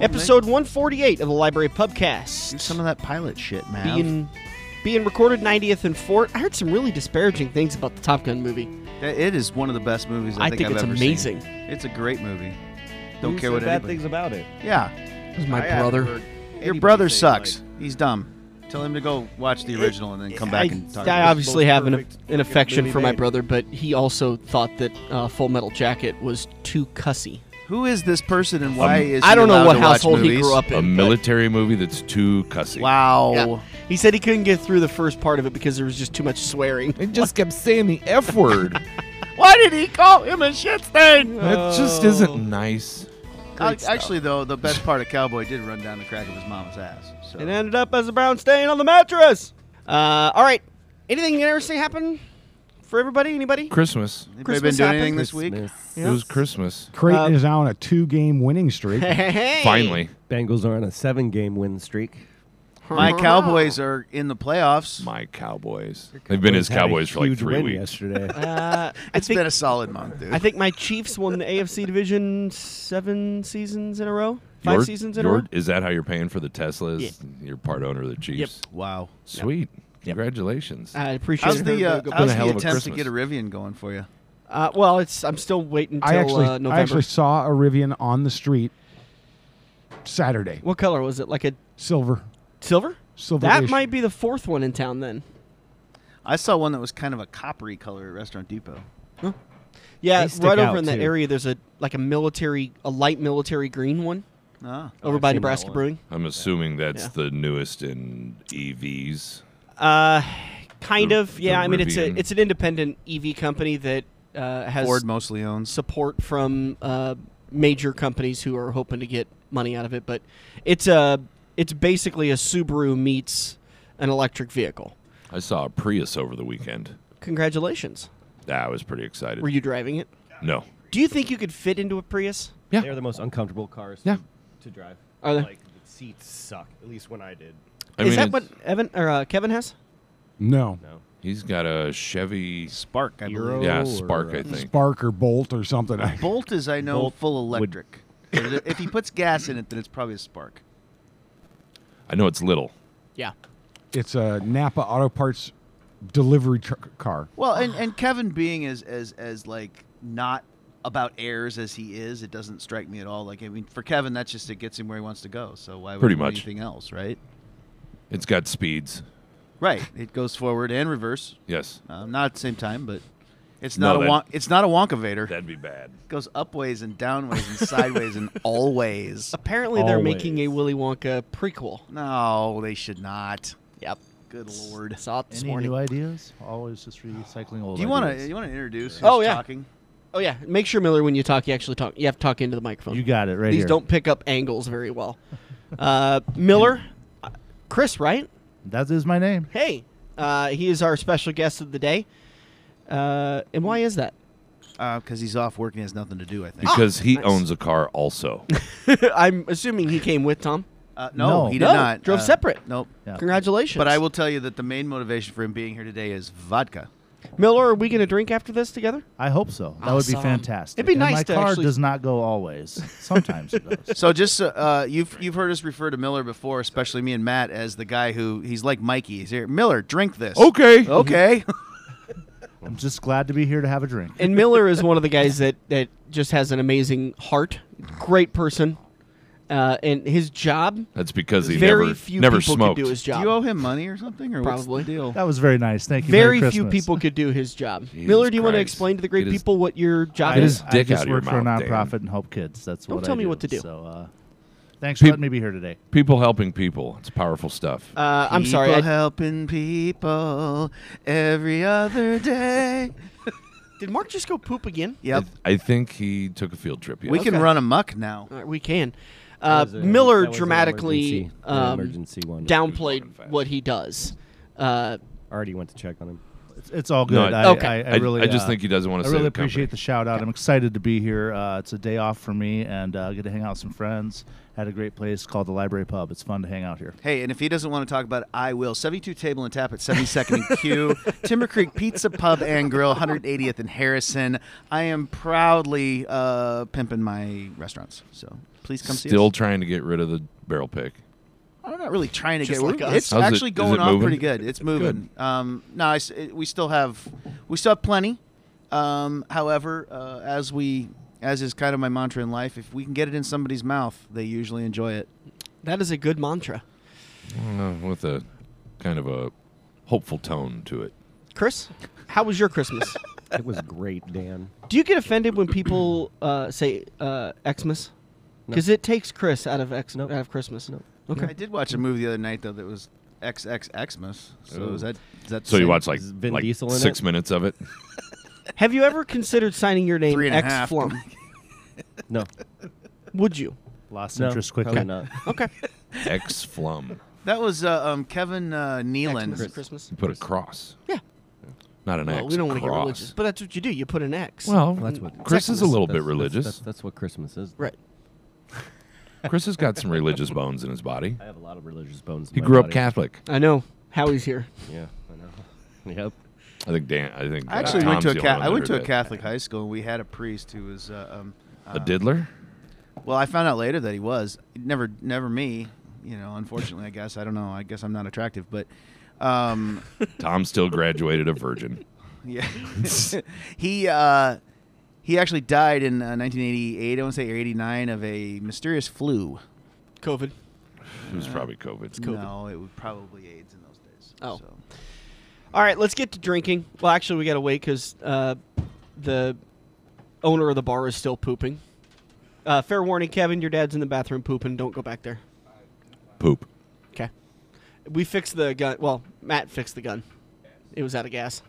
Episode 148 of the Library Pubcast. Do some of that pilot shit, man. being being recorded 90th and Fort. I heard some really disparaging things about the Top Gun movie. it is one of the best movies I, I think I've it's ever amazing. seen. It's a great movie. Don't Who care said what bad anybody. things about it. Yeah, It was my I haven't brother. heard your anybody brother say, sucks. like, He's dumb. Tell him to go watch the original and then come back I, and talk. I about it. obviously most have an, perfect an affection movie for my made. brother, but he also thought that uh, Full Metal Jacket was too cussy. Who is this person and why is Um, I he don't know allowed what to watch household he movies? grew up in. A but- military movie that's too cussy. Wow. Yeah. He said he couldn't get through the first part of it because there was just too much swearing. It just kept saying the F word. Why did he call him a shit stain? Uh, That just Oh. isn't nice. Uh, actually, though, the best part of Cowboy did run down the crack of his mama's ass. So. It ended up as a brown stain on the mattress. Uh, all right. Anything interesting happen for everybody? Anybody? Christmas. Anybody been Christmas doing happened anything this week? It was Christmas. Creighton Uh, is on a two-game winning streak. Hey. Finally. Bengals are on a seven-game win streak. My Cowboys are in the playoffs. My Cowboys. They've been his Had a Cowboys for like huge three win weeks. Yesterday, Uh, I It's think been a solid month, dude. I think my Chiefs won the AFC division seven seasons in a row, five Your- seasons in a your- row. Is that how you're paying for the Teslas? You're part owner of the Chiefs. wow. Sweet. Congratulations. I appreciate How's it. the, uh, Go how's a hell the of a attempt to Christmas. get a Rivian going for you? Uh, well, it's I'm still waiting until I actually, uh, November. I actually saw a Rivian on the street Saturday. what color was it? Like a Silver, silver? silver. That might be the fourth one in town then. I saw one that was kind of a coppery color at Restaurant Depot. Yeah, They stick right out, over in that too. area. There's a like a military, a light military green one Ah. Oh, over by seen that Nebraska one. Brewing. I'm assuming that's Yeah. the newest in E EVs. Uh, kind The- of. the Yeah, I mean it's a Rivian. it's an independent EV company that uh, has Ford mostly owns. support from uh, major companies who are hoping to get money out of it. But it's a it's basically a Subaru meets an electric vehicle. I saw a Prius over the weekend. Congratulations. That was pretty excited. Were you driving it? no. Do you think you could fit into a Prius? Yeah. they're the most uncomfortable cars. Yeah. to drive. Are they? Like the seats suck. At least when I did. I Is mean, that it's- what Evan or uh, Kevin has? no No. he's got a Chevy. Spark, I Euro. believe. Yeah, or, Spark, I uh, think. spark or bolt or something. Bolt is, I know, Bolt full would- electric. if he puts gas in it, then it's probably a Spark. I know it's little. Yeah. it's a Napa Auto Parts delivery tr- car. Well, and, and Kevin being as, as as like not about airs as he is, it doesn't strike me at all. Like I mean, for Kevin, that's just it gets him where he wants to go. So why would Pretty he want much. anything else, right? It's got speeds. Right. It goes forward and reverse, Yes. um, not at the same time, but it's No, not a that- wonk, it's not a Wonkavator. It That'd be bad. goes up ways and down ways and sideways and all ways. Apparently, they're making a Always. Willy Wonka prequel. No, they should not. Yep. Good lord. Saw it this Any morning. new ideas? Always just recycling old. Do you want to ideas. you want to introduce? Who's Oh, yeah. Talking? Oh yeah, make sure Miller when you talk, you actually talk. You have to talk into the microphone. You got it right These here. don't pick up angles very well. Uh, Miller, uh, Chris, right? That is my name. Hey, uh, he is our special guest of the day. Uh, and why is that? Because Uh, he's off work and he has nothing to do. I Ah, think. Because he nice. owns a car also. I'm assuming he came with Tom. Uh, no, No. he did No, not. Uh, drove separate. Nope. Yeah. Congratulations. But I will tell you that the main motivation for him being here today is vodka. Miller, are we going to drink after this together? I hope so. That would be Awesome. fantastic. It'd be And nice My to car actually- does not go always. Sometimes it goes. So just uh, uh, you've you've heard us refer to Miller before, especially me and Matt, as the guy who he's like Mikey. He's here. Miller, drink this. okay. Mm-hmm. Okay. I'm just glad to be here to have a drink. And Miller is one of the guys that, that just has an amazing heart, great person, uh, and his job. That's because he very never few never people smoked. could do his do job. you owe him money or something? Or Probably. Uh, What's the deal? That was very nice. Thank you. Very Merry few Christmas. people could do his job. Jesus Miller, do you want to Christ. explain to the great Get his- people what your job I, Get his is? just- dick I just outta your work for mouth, a Dan. nonprofit and help kids. That's Don't what tell I me do. what to do. So, uh, thanks Peop- for letting me be here today. People helping people. It's powerful stuff. Uh, I'm sorry. People I- helping people every other day. did Mark just go poop again? Yep. I think he took a field trip. Yes. We can Okay. run amok now. All right, we can. That Uh, was a- Miller that was an dramatically emergency- an um, emergency one. Walking downplayed fast. what he does. Uh, Already went to check on him. It's, it's all good. No, I, I- okay. I, I I- really. I just uh, think he doesn't wanna I say really the appreciate company. the shout out. I'm excited to be here. Uh, it's a day off for me, and uh, get to hang out with some friends at a great place called the Library Pub. It's fun to hang out here. Hey, and if he doesn't want to talk about it, I will. 72 Table and Tap at 72nd and Q, Timber Creek Pizza Pub and Grill, 180th and Harrison. I am proudly uh, pimping my restaurants. So Please come see Still us. trying to get rid of the barrel pick. I'm not really trying to Just get. like we're- us. It's How's it- actually is going it off moving? pretty good. It's moving. Um, no, I s- it- we still have, we still have plenty. Um, however, uh, as we, as is kind of my mantra in life, if we can get it in somebody's mouth, they usually enjoy it. That is a good mantra. Uh, with a kind of a hopeful tone to it. Chris, how was your Christmas? It was great, Dan. Do you get offended when people uh, say uh, Xmas? Because it takes Chris out of X Nope. out of Christmas. Nope. Okay. I did watch a movie the other night though that was XXXmas. So Ooh. is that is that? the So you same? watch like, Is Vin like Diesel in six it? minutes of it. Have you ever considered signing your name Three and a X half. form? No, Would you? Lost no, interest probably quickly. not. Okay. X flum. That was uh, um, Kevin uh, Nealon. Xmas, Christmas. You put a cross. Yeah. Not an Well, X. we don't want to get cross. religious, but that's what you do. You put an X. Well, Well, that's what- Chris is a little That's- bit religious. That's, that's, that's what Christmas is. right. Chris has got some religious bones in his body. I have a lot of religious bones. in He my grew up body. Catholic. I know. Howie's here. Yeah, I know. Yep. I think Dan. I think I uh, actually went Tom's to a the ca- only I one went that to a heard Catholic high school and we had a priest who was uh, um, that. A uh, diddler. Well, I found out later that he was never, never me. You know, unfortunately, I guess I don't know. I guess I'm not attractive, but um, Tom still graduated a virgin. yeah, he uh, he actually died in uh, 1988. I want to say or 89 of a mysterious flu. COVID. It was probably COVID. No, it was probably AIDS in those days. Oh. so. All right, let's get to drinking. Well, actually, we got to wait because uh, the owner of the bar is still pooping. Uh, fair warning, Kevin, your dad's in the bathroom pooping. Don't go back there. Poop. Okay. We fixed the gun. Well, Matt fixed the gun. It was out of gas.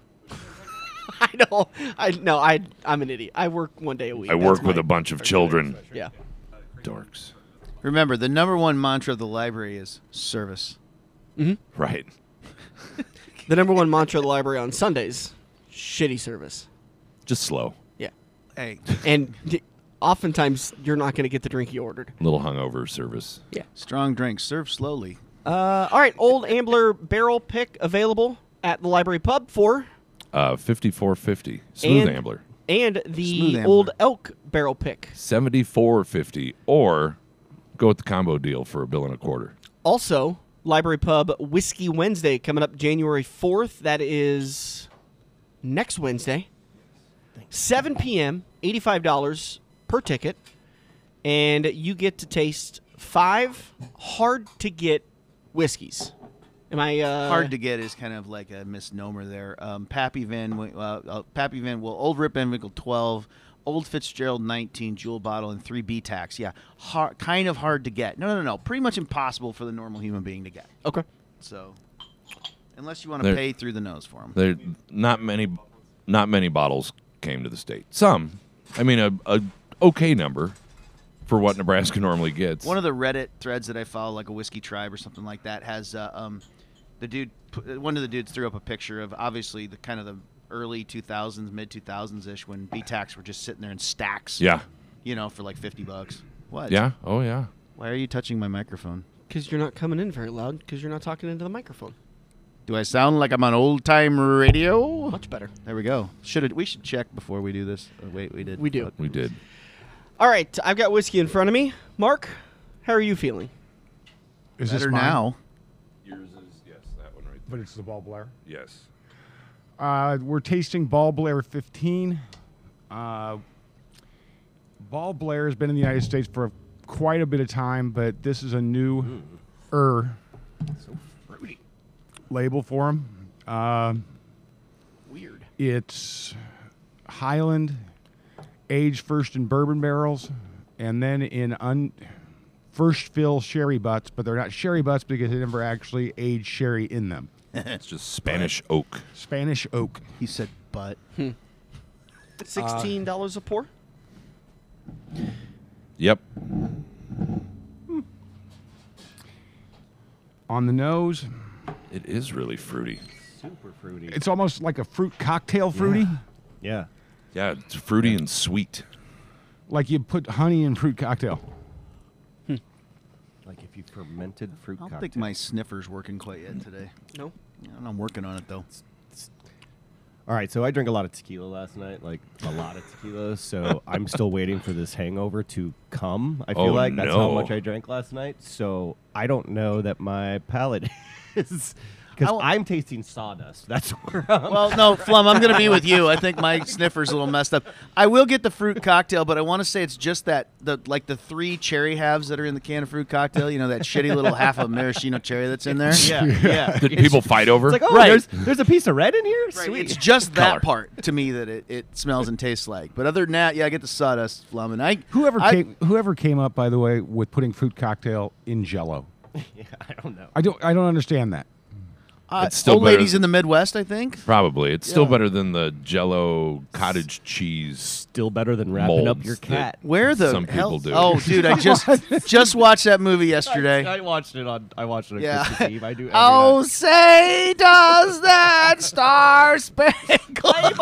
I know. I no. I I'm an idiot. I work one day a week. I That's work with my- a bunch of children. Yeah. Dorks. remember the number one mantra of the library is service. Right. The number one mantra of the library on Sundays: shitty service. Just slow. Yeah. Hey, And d- oftentimes you're not going to get the drink you ordered. Little hungover service. strong drink, serve slowly. Uh, all right, Old Ambler barrel pick available at the library pub for, Uh, fifty-four fifty. Smooth And- Ambler. and Smooth the Ambler. Old Elk barrel pick. Seventy-four fifty. Or go with the combo deal for a bill and a quarter. Also, Library Pub Whiskey Wednesday coming up January 4th. That is next Wednesday. 7 p.m., $85 per ticket. And you get to taste five hard to get whiskeys. Am I uh, hard to get is kind of like a misnomer there. Um, Pappy Van, Wi- uh, uh, Pappy Van, well, Old Rip Van Winkle twelve, Old Fitzgerald nineteen, Jewel Bottle and three B Tax. Yeah, hard, kind of hard to get. No, no, no, pretty much impossible for the normal human being to get. Okay. So, unless you want to There- pay through the nose for them, There, not many, not many bottles came to the state. Some, I mean, a, a okay number for what Nebraska normally gets. one of the Reddit threads that I follow, like a whiskey tribe or something like that, has uh, um, the dude. pu- One of the dudes threw up a picture of obviously the kind of the early 2000s, mid 2000s ish when B Tax were just sitting there in stacks. yeah, you know, for like 50 bucks. What? yeah, oh yeah. Why are you touching my microphone? Because you're not coming in very loud because you're not talking into the microphone. Do I sound like I'm on old time radio? Much better. There we go. Should we should check before we do this? Oh, wait, we did. We do. We did. All right, I've got whiskey in front of me. Mark, how are you feeling? Is Better mine? now. Yours is yes, that one right But it's the ball blare. Yes. Uh, we're tasting Ball Blair 15. Uh, Ball Blair has been in the United States for quite a bit of time, but this is a new er Fruity. label for him. Um Weird. it's Highland, aged first in bourbon barrels, and then in un, first fill sherry butts, but they're not sherry butts because they never actually aged sherry in them. It's just Spanish oak. Spanish oak. He said, but Sixteen dollars a pour. Yep. On the nose, It is really fruity. Super fruity. it's almost like a fruit cocktail fruity. Yeah. Yeah, it's fruity and sweet. Like you put honey in fruit cocktail. like if you fermented fruit I don't cocktail. think my sniffer's working quite yet today. No. I don't know, I'm working on it though. All right, so I drank a lot of tequila last night, like a lot of tequila. So I'm still waiting for this hangover to come. I feel Oh, like that's how no. much I drank last night. So I don't know that my palate is because I'll- I'm tasting sawdust. That's where I'm. Well, no, Flum, I'm going to be with you. I think my sniffer's a little messed up. I will get the fruit cocktail, but I want to say it's just that the like the three cherry halves that are in the can of fruit cocktail. You know that shitty little half of maraschino cherry that's in there. Yeah, yeah. Did people fight over? It's like, oh, Right. there's there's a piece of red in here. Right, Sweet. It's just Color. that part to me that it, it smells and tastes like. But other than that, yeah, I get the sawdust, Flum, and I Whoever I, came, whoever came up, by the way, with putting fruit cocktail in Jello. Yeah, I don't know. I don't, I don't understand that. uh, It's still old better ladies than- in the Midwest, I think. Probably. It's still Yeah. better than the Jello cottage cheese. Still better than wrapping up Molds your that- cat. Where the Some hell? people do. Oh, dude, I just just watched that movie yesterday. I, I watched it on. I watched it on Yeah. Christmas Eve. I do. every Oh, night. say does that star spangled?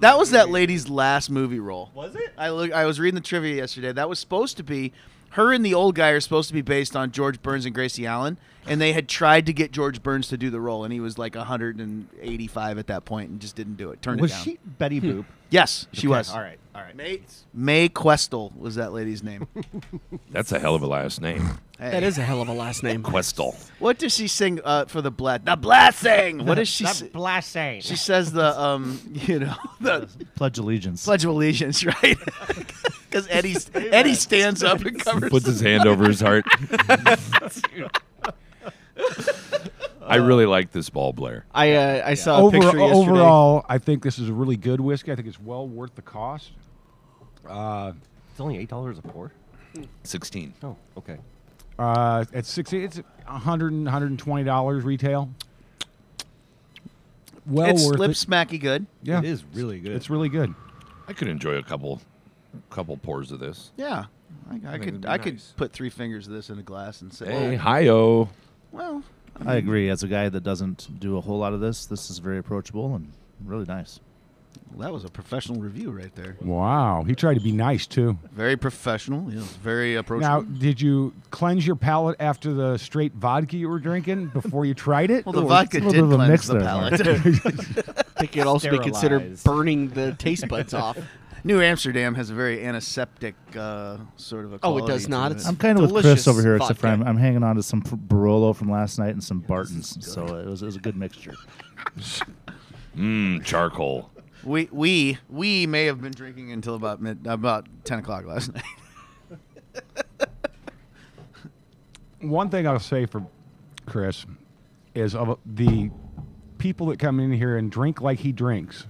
that was that lady's last movie role. was it? I look. I was reading the trivia yesterday. That was supposed to be her and the old guy are supposed to be based on George Burns and Gracie Allen, and they had tried to get George Burns to do the role, and he was like 185 at that point and just didn't do it. Turned Was it down. she Hmm. Betty Boop? Yes, she Okay, was. All right. All right. May, May Questel was that lady's name. That's a hell of a last name. Hey. That is a hell of a last name. Questel. What does she sing uh, for the blast? The blasting. What does she? si- blasé. she says the um, you know, the Pledge allegiance. Pledge of Allegiance, right? Because Eddie Eddie stands up and covers. Puts his hand over his heart. I really like this ball, Blair. I uh, I saw a Over- picture yesterday. overall, I think this is a really good whiskey. I think it's well worth the cost. Uh, It's only eight dollars a pour. 16. Oh, okay. uh, at sixty, it's a hundred and hundred and twenty dollars retail. Well it's worth lip it. smacky good. Yeah, It is really good. It's really good. I could enjoy a couple couple pours of this. Yeah, I, I think it'd could be I could nice. put three fingers of this in a glass and say, "Oh, Hey, hi-yo. well, I agree. As a guy that doesn't do a whole lot of this, this is very approachable and really nice. that was a professional review right there. Wow, he tried to be nice too. Very professional. Yeah, it's very Now, approachable. did you cleanse your palate after the straight vodka you were drinking before you tried it? well, the Or- vodka a little did bit of a cleanse mix the there, palate. I think it also be considered Sterilized. burning the taste buds off. New Amsterdam has a very antiseptic uh, sort of a. Oh, it quality does to not. It's- I'm kind of with Chris Delicious over here, except for vodka. I'm, I'm hanging on to some P- Barolo from last night and some Bartons. So it was, it was a good mixture. Mmm, charcoal. We we we may have been drinking until about mid about ten o'clock last night. One thing I'll say for Chris is of the people that come in here and drink like he drinks,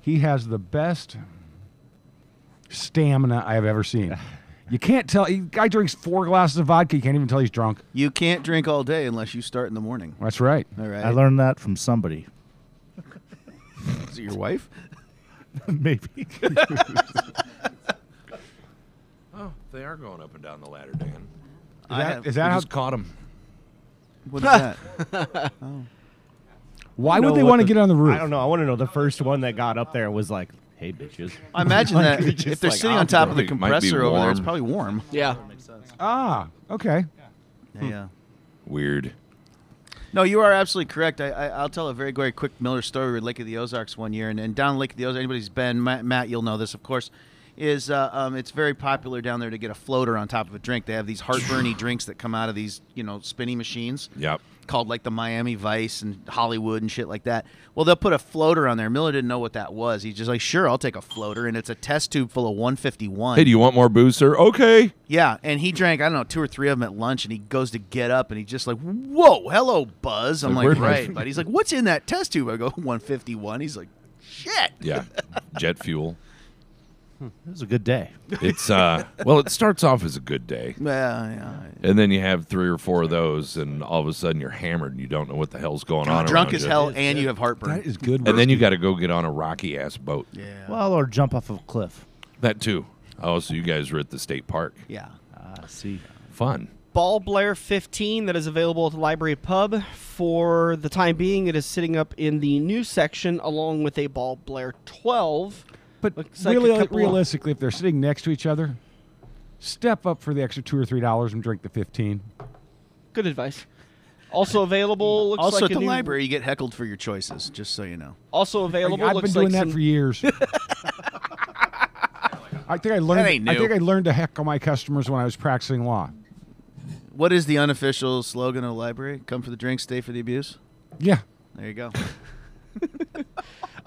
he has the best stamina I have ever seen. You can't tell. he- Guy drinks four glasses of vodka. You can't even tell he's drunk. You can't drink all day unless you start in the morning. That's right. All right. I learned that from somebody. Is it your wife? Maybe. Oh, they are going up and down the ladder, Dan. Is that, is I that how, just caught him. What is that? why know would they what want to the- get on the roof? I don't know. I want to know. The first one that got up there was like, "Hey, bitches." I imagine that you're if just they're like, sitting on top of the probably- might be compressor over there, it's warm. probably warm. Yeah. Ah, okay. Yeah. Weird. No, you are absolutely correct. I, I, I'll tell a very, very quick Miller story with Lake of the Ozarks one year. And, and down Lake of the Ozarks, anybody's been, Matt, Matt you'll know this, of course, is uh, um, it's very popular down there to get a floater on top of a drink. They have these heartburny drinks that come out of these, you know, spinning machines. Yep. called like the Miami Vice and Hollywood and shit like that. Well, they'll put a floater on there. Miller didn't know what that was. He's just like, sure, I'll take a floater, and it's a test tube full of 151. Hey, do you want more booze, sir? Okay. yeah, and he drank I don't know two or three of them at lunch, and he goes to get up, and he's just like, whoa, hello, Buzz. I'm like, Like, where'd my- right, but he's like, what's in that test tube? I go 151. He's like, shit. Yeah. Jet fuel. It was a good day. It's uh well, it starts off as a good day. Well, yeah. And then you have three or four of those, and all of a sudden you're hammered and you don't know what the hell's going on. drunk around as you. hell, and you have heartburn. That is good. And then you got to go get on a rocky ass boat. yeah. Well, or jump off of a cliff. That too. Oh, so you guys were at the state park. yeah. Ah, see. Fun. Ball Blair 15 that is available at the Library Pub. For the time being, it is sitting up in the new section along with a Ball Blair 12. But Looks like a really, couple of- realistically, if they're sitting next to each other, step up for the extra two or three dollars and drink the fifteen. Good advice. Also available. Looks also like at a the new- library, you get heckled for your choices. Just so you know. Also available. I've looks been like doing that some- for years. I think I That learned. ain't I new. think I learned to heckle my customers when I was practicing law. What is the unofficial slogan of the library? Come for the drink, stay for the abuse. Yeah, There you go.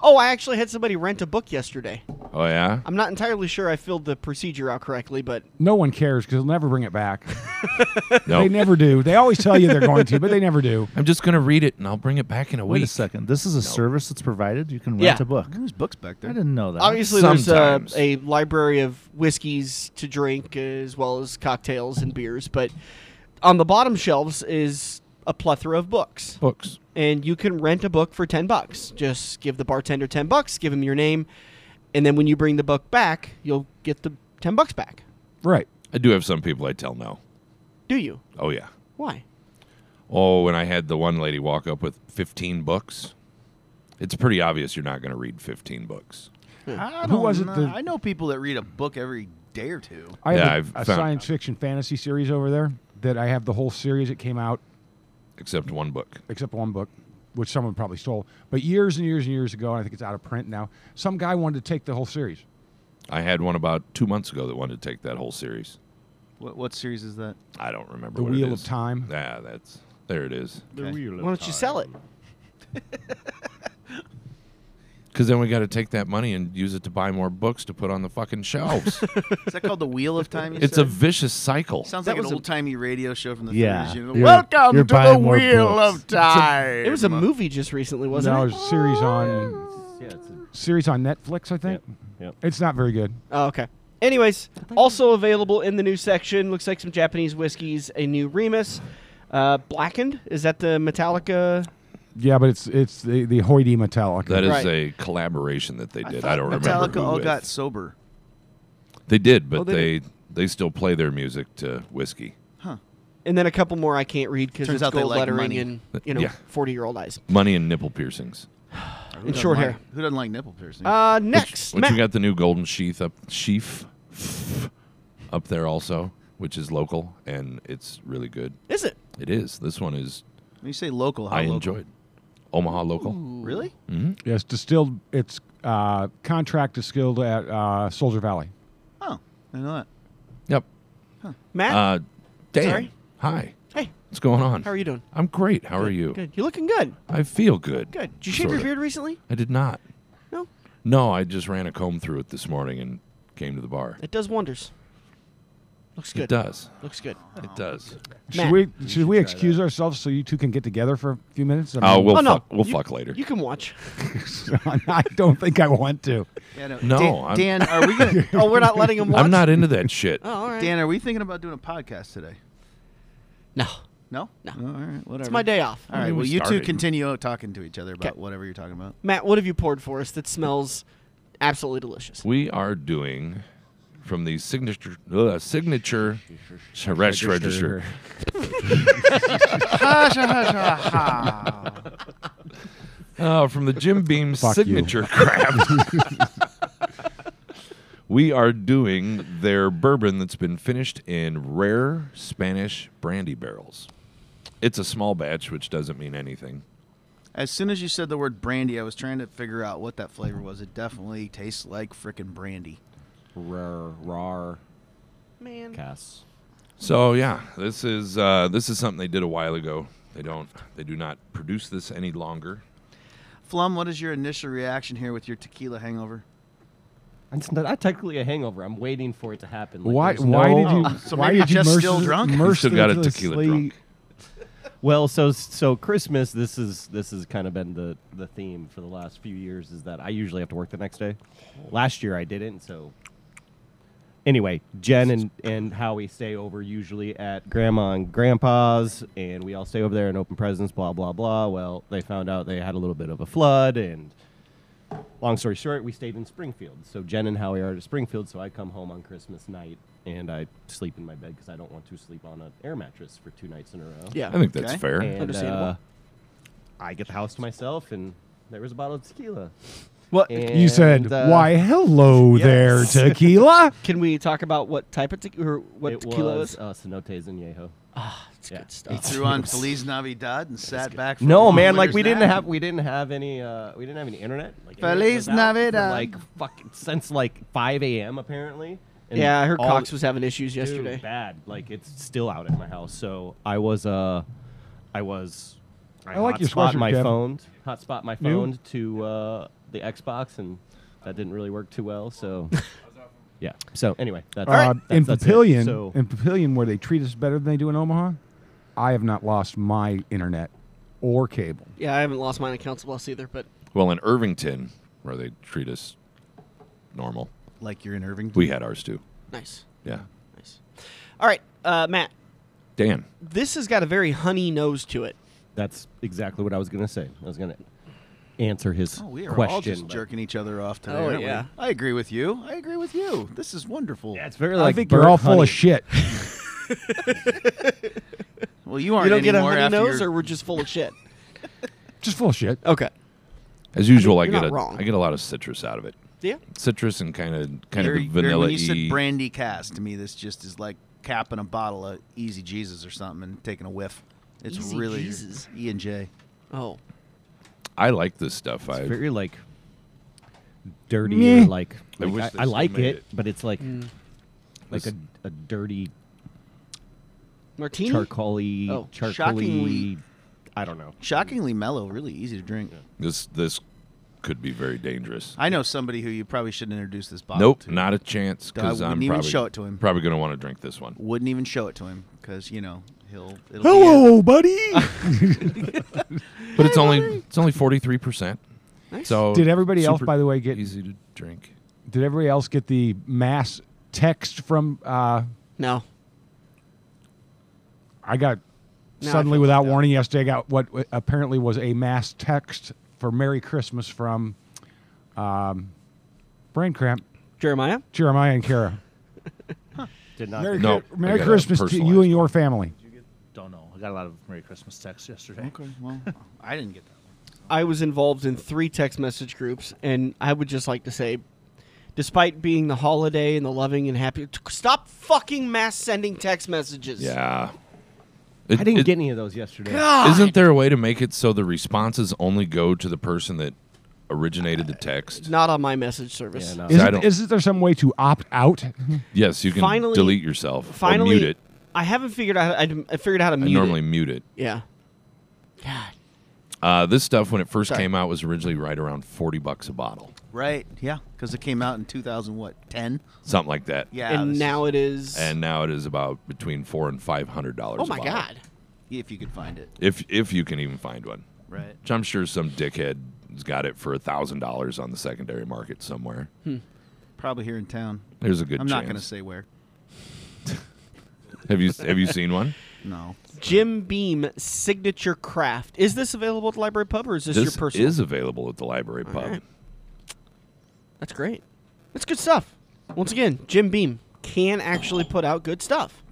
Oh, I actually had somebody rent a book yesterday. Oh yeah. I'm not entirely sure I filled the procedure out correctly, but no one cares because they'll never bring it back. No. They never do. They always tell you they're going to, but they never do. I'm just gonna read it and I'll bring it back in a Wait week. a second. This is a service that's provided. You can rent Yeah. a book. There's books back I there. didn't know that. obviously Sometimes. there's uh, a, a library of whiskeys to drink as well as cocktails and beers, but on the bottom shelves is a plethora of books. Books. and you can rent a book for 10 bucks. Just give the bartender 10 bucks, give him your name, and then when you bring the book back, you'll get the 10 bucks back. Right. I do have some people I tell no. Do you? Oh yeah. Why? Oh, and I had the one lady walk up with 15 books. It's pretty obvious you're not going to read 15 books. I Who was don't it know. that- I know people that read a book every day or two. I have Yeah, a- I've a found- science fiction fantasy series over there that I have the whole series that came out Except one book. except one book, which someone probably stole. But years and years and years ago, and I think it's out of print now. Some guy wanted to take the whole series. I had one about two months ago that wanted to take that whole series. What, what series is that? I don't remember The what it Wheel is. of Time. Yeah, that's there. It is Okay. Why don't you sell it? because then we got to take that money and use it to buy more books to put on the fucking shelves. Is that called the Wheel of Time? You it's a said? vicious cycle. sounds that like an was a- old timey radio show from the Yeah. 30s. You know, You're- Welcome to the you're buying more Wheel books. of Time. It was a movie just recently, wasn't No, it? there's a series on Yeah, it's a, series on Netflix, I think. yep, yep. It's not very good. Oh, okay. Anyways, also available in the new section looks like some Japanese whiskeys, a new Remus, uh, blackened. Is that the Metallica? Yeah, but it's it's the, the hoity Metallica. That is Right. a collaboration that they I did. thought I, don't remember Metallica who all with. got sober. They did, but Oh, they they they, still play their music to whiskey. And then a couple more I can't read because Turns it's out they gold like lettering money. and you know Yeah. forty year old eyes Money and nipple piercings. Who and doesn't short like- hair. Who doesn't like nipple piercing? Uh, next, Which Matt. we got the new golden sheath up sheaf up there also, which is local and it's really good. Is it? It is. This one is when you say local, how I local? enjoyed. Mm. Omaha local. Really? Yes, distilled. It's uh, contract distilled at uh, Soldier Valley. Oh, I know that. Yep. Matt. Uh Dan. Sorry? Hi. Hey, What's going on? how are you doing? I'm great. How are you? Good. You're looking good. I feel good. Good. Did you shave your Sorta. beard recently? I did not. No. No, I just ran a comb through it this morning and came to the bar. It does wonders. Looks good. Oh. It does. Looks good. It does. Matt. Should we should we excuse ourselves so you two can get together for a few minutes? I Oh, mean, we'll Oh, no. fuck we'll You- fuck later. You can watch. I don't think I want to. Yeah, No, I'm- Dan, Dan, are we gonna? Oh, we're not letting him watch. I'm not into that shit. Oh, all right. Dan, are we thinking about doing a podcast today? No, No. No. All right. Whatever. it's my day off. All I right. mean, Well, we you two started. continue talking to each other about 'Kay. whatever you're talking about. Matt, what have you poured for us that smells absolutely delicious? We are doing from the signature uh, signature register. register. Uh, from the Jim Beam Fuck you. signature crab. we are doing their bourbon that's been finished in rare Spanish brandy barrels. It's a small batch, which doesn't mean anything. As soon as you said the word brandy, I was trying to figure out what that flavor was. It definitely tastes like frickin' brandy. Rar, rar, Man, cast. So yeah, this is uh, this is something they did a while ago. They don't they do not produce this any longer. Flum, what is your initial reaction here with your tequila hangover? It's not, not technically a hangover. I'm waiting for it to happen. Like, Why? there's Why no- Oh. did you? so why maybe did you just still mercil- drunk? We still got a mercilessly- tequila drunk. Well, so so Christmas. This is this has kind of been the the theme for the last few years. Is that I usually have to work the next day. Last year I didn't. So anyway, Jen and and Howie stay over usually at Grandma and Grandpa's, and we all stay over there and open presents. Blah blah blah. Well, they found out they had a little bit of a flood, and long story short, we stayed in Springfield. So Jen and Howie are at Springfield. So I come home on Christmas night. And I sleep in my bed because I don't want to sleep on an air mattress for two nights in a row. yeah. I think that's Okay. fair. And, Understandable. uh, I get the house to myself, and there was a bottle of tequila. What You said, And, uh, "Why, hello there, tequila." can we talk about? What type of tequila? What it tequila was is? uh, Cenote Añejo. It's Yeah. good stuff. Threw on Feliz Navidad and sat back. For No long man, like we winter's didn't nap. have we didn't have any uh we didn't have any internet. Like internet Feliz was out for, Navidad. Like fucking since like five AM apparently. And Yeah, I heard all- Cox was having issues dude, yesterday. Bad. Like it's still out at my house. So I was uh I was I, I like your hotspot sweatshirt, my Kevin. phone hotspot my New? phone to uh the Xbox and that didn't really work too well, so yeah. So anyway, that's Uh, that's, in that's it. Papillion, So in Papillion, where they treat us better than they do in Omaha, I have not lost my internet or cable. Yeah, I haven't lost mine at Council Bluffs either, but Well, in Irvington, where they treat us normal, Like you're in Irving. we had ours too. nice, Yeah. nice. All right, uh, Matt, Dan, this has got a very honey nose to it. that's exactly what I was gonna say. I was gonna answer his Oh, we are question. all just but- jerking each other off today. Oh, aren't we? yeah. I agree with you. I agree with you. This is wonderful. Yeah, it's very I like think you're burnt all full honey. of shit. Well, you aren't you don't get a anymore honey after nose, your- or we're just full of shit. Just full of shit. Okay. as usual, I, you're get not a wrong. I get a lot of citrus out of it. Yeah. Citrus and kind of kind You're- of you're- vanilla. E? When you said brandy cast, to me, this just is like capping a bottle of Easy Jesus or something and taking a whiff. It's Easy really Jesus. E and J. Oh. I like this stuff. It's I very like dirty, Meh. Mm. like, I like, wish I, they I still like made it, it. but it's like like a, This- a dirty Martini? charcoaly, Oh, charcoaly. shockingly- I don't know. Shockingly mellow, really easy to drink. this this could be very dangerous. I know somebody who you probably shouldn't introduce this bottle Nope, to. not a chance. I Because wouldn't I'm even probably show it to him. Probably going to want to drink this one. Wouldn't even show it to him because, you know, he'll. It'll Be Hello, buddy. But it's only it's only forty three percent. Nice. So Did everybody else, super by the way, get- easy to drink? Did everybody else get the mass text from? Uh, No. I got No, I suddenly feel without warning yesterday. I got what w- apparently was a mass text for Merry Christmas from, um, brain cramp Jeremiah? Jeremiah and Kara. Did not. Merry, get- No, Chri- I Merry got a Christmas to personalized you and your family. Don't know. I got a lot of Merry Christmas texts yesterday. a- Okay, well, I didn't get that one. I was involved in three text message groups, and I would just like to say, despite being the holiday and the loving and happy, t- stop fucking mass sending text messages. Yeah. I didn't It- get any of those yesterday. Isn't there a way to make it so the responses only go to the person that originated the text? Not on my message service. Yeah, no. Is, I it, don't- is there some way to opt out? Yes, you can Finally- delete yourself Finally, or mute it. I haven't figured out. I, I figured out how to I mute normally it. mute it. Yeah. God. Uh, this stuff, when it first Sorry. came out, was originally right around forty bucks a bottle, Right, yeah, because it came out in 2000, what, 10? something like that. Yeah. and this- now it is. And now it is about between four and five hundred dollars. oh my god. If you could find it. If if you can even find one, Right. which I'm sure some dickhead's got it for thousand dollars on the secondary market somewhere. Probably here in town. There's a good. Hmm. I'm chance. not going to say where. Have you have you seen one? No. Jim Beam Signature Craft. Is this available at the Library Pub or is this, your this personal? is available at the library pub. right. That's great. That's good stuff. Once again, Jim Beam can actually put out good stuff.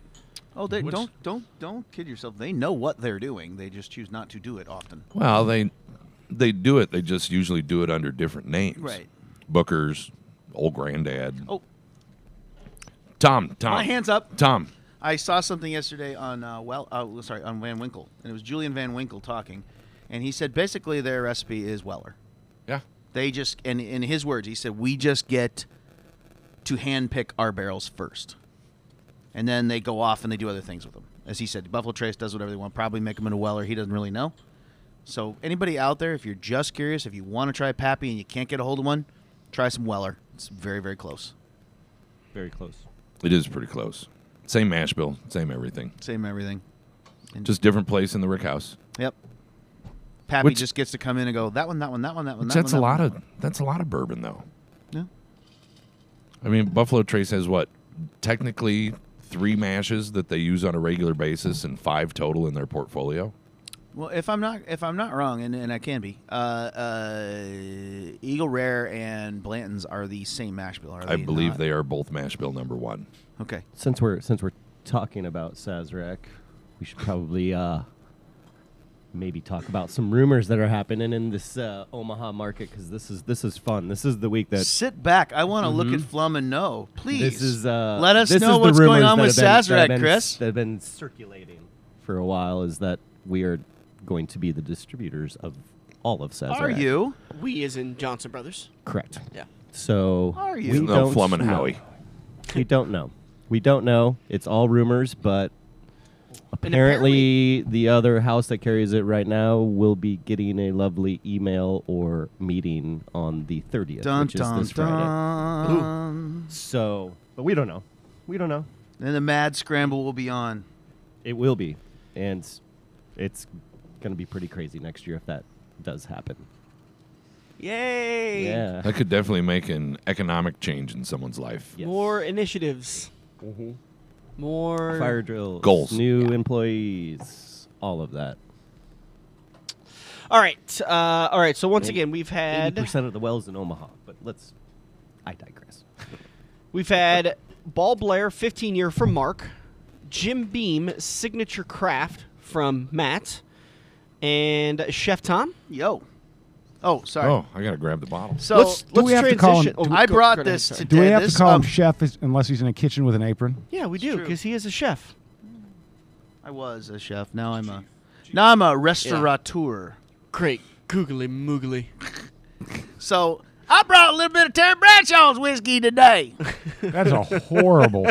Oh, they, Which- don't don't don't kid yourself. They know what they're doing. They just choose not to do it often. Well, they they do it. They just usually do it under different names. Right. Booker's, old granddad. Oh, Tom, Tom. My hands up. Tom. I saw something yesterday on uh, well, uh, sorry, on Van Winkle, and it was Julian Van Winkle talking, and he said basically their recipe is Weller. Yeah. They just and in his words, he said we just get to handpick our barrels first, and then they go off and they do other things with them. As he said, Buffalo Trace does whatever they want. Probably make them into Weller. He doesn't really know. So anybody out there, if you're just curious, if you want to try Pappy and you can't get a hold of one, try some Weller. It's very very close. Very close. It is pretty close. Same mash bill, same everything. Same everything. Just different place in the Rick House. Yep. Pappy Which- just gets to come in and go that one, that one, that one, that one. Which that that's a one, lot that of that's a lot of bourbon though. one. I mean, Buffalo Trace has what technically three mashes that they use on a regular basis and five total in their portfolio. Yeah. Well, if I'm not if I'm not wrong, and, and I can be, uh, uh, Eagle Rare and Blanton's are the same mash bill. Are they I believe not? they are both mash bill number one. Okay. Since we're since we're talking about Sazerac, we should probably uh, maybe talk about some rumors that are happening in this uh, Omaha market because this is this is fun. This is the week that Sit back. I want to look Mm-hmm. at Flum and know. Please. this is. Uh, Let us this know is the what's going rumors on that with have been- that Sazerac, have been- Chris. That have been circulating for a while is that we are going to be the distributors of all of Sazerac. Are you? We is in Johnson Brothers. correct? Yeah. So Are you? We No, don't Flum and know. Howie. We don't know. We don't know. It's all rumors, but apparently, the other house that carries it right now will be getting a lovely email or meeting on the 30th, Dun which is dun this Friday. dun. So, but we don't know. We don't know. Then the mad scramble will be on. It will be, and it's going to be pretty crazy next year if that does happen. Yay! Yeah. That could definitely make an economic change in someone's life. Yes. More initiatives. Mm-hmm. More Fire drills, Goals. new employees, all of that. All right. Uh, all right. So once again, we've Eighty had percent of the wells in Omaha, but let's. I digress. we've had Ball Blair 15 year from Mark, Jim Beam signature craft from Matt, and Chef Tom. Yo. Oh, sorry. Oh, I gotta grab the bottle. So let's do let's we have to transition. call him- Oh, I go- brought go ahead, this sorry. to Do we have this, to call um, him chef is- unless he's in a kitchen with an apron? Yeah, we do true. because he is a chef. I was a chef. Now I'm a. Now I'm a restaurateur. Great googly moogly. So I brought a little bit of Terry Bradshaw's whiskey today. That's a horrible,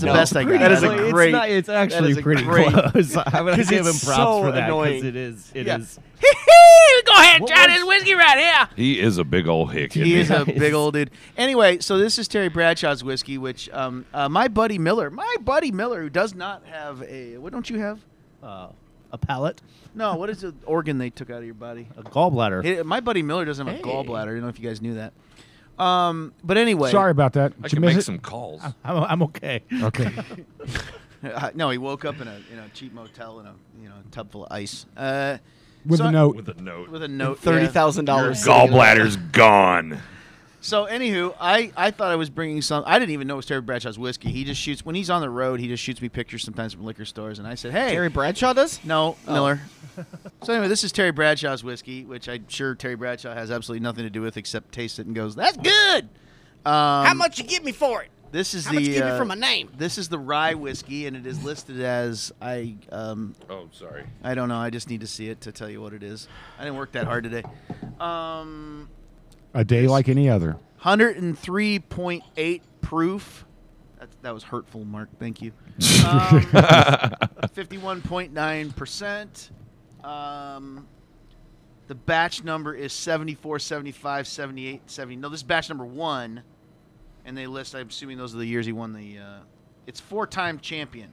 That's the best I got. That is a It's great. not- it's actually is a pretty great- close. I'm gonna 'Cause give him it's props so for that annoying. because it is. It is. Yeah. Go ahead, try this whiskey right here. He is a big old hick. isn't He is a Nice. big old dude. Anyway, so this is Terry Bradshaw's whiskey, which um, uh, my buddy Miller, my buddy Miller, who does not have a what don't you have? Uh, a palate, No, what is the organ they took out of your body? a gallbladder. Hey, my buddy Miller doesn't have a gallbladder. I don't know if you guys knew that. Um, but anyway, Sorry about that. I Did you can miss make it? some calls. I'm, I'm okay. Okay. Uh, no, he woke up in a in a cheap motel in a you know tub full of ice. Uh, With so a I- note. With a note. With a note. Thirty yeah. thousand dollars. Gallbladder's gone. So, anywho, I, I thought I was bringing some. I didn't even know it was Terry Bradshaw's whiskey. He just shoots when he's on the road. He just shoots me pictures sometimes from liquor stores, and I said, "Hey, Terry Oh. Bradshaw does. No, Miller. so anyway, this is Terry Bradshaw's whiskey, which I'm sure Terry Bradshaw has absolutely nothing to do with except taste it and goes, "That's good." Um, How much you give me for it? This is How the much you give me uh, for my name? This is the rye whiskey, and it is listed as I um, Oh, sorry. I don't know. I just need to see it to tell you what it is. I didn't work that hard today. Um, A day like any other. 103.8 proof. That, that was hurtful, Mark. Thank you. Um, 51.9%. Um, the batch number is 74, 75, 78, 70. No, this is batch number one. And they list, I'm assuming those are the years he won the. Uh, it's four time champion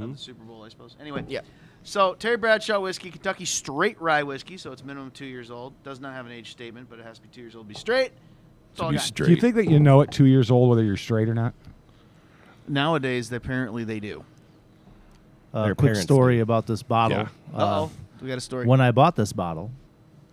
of the Super Bowl, I suppose. Anyway. Yeah. So Terry Bradshaw whiskey, Kentucky straight rye whiskey, so it's minimum two years old. Does not have an age statement, but it has to be two years old to be straight. That's all I Be got. Do you straight. think that you know at two years old whether you're straight or not? Nowadays, they- apparently they do. Uh, Their quick parents story about this bottle. Yeah. Uh oh, we got a story. When I bought this bottle,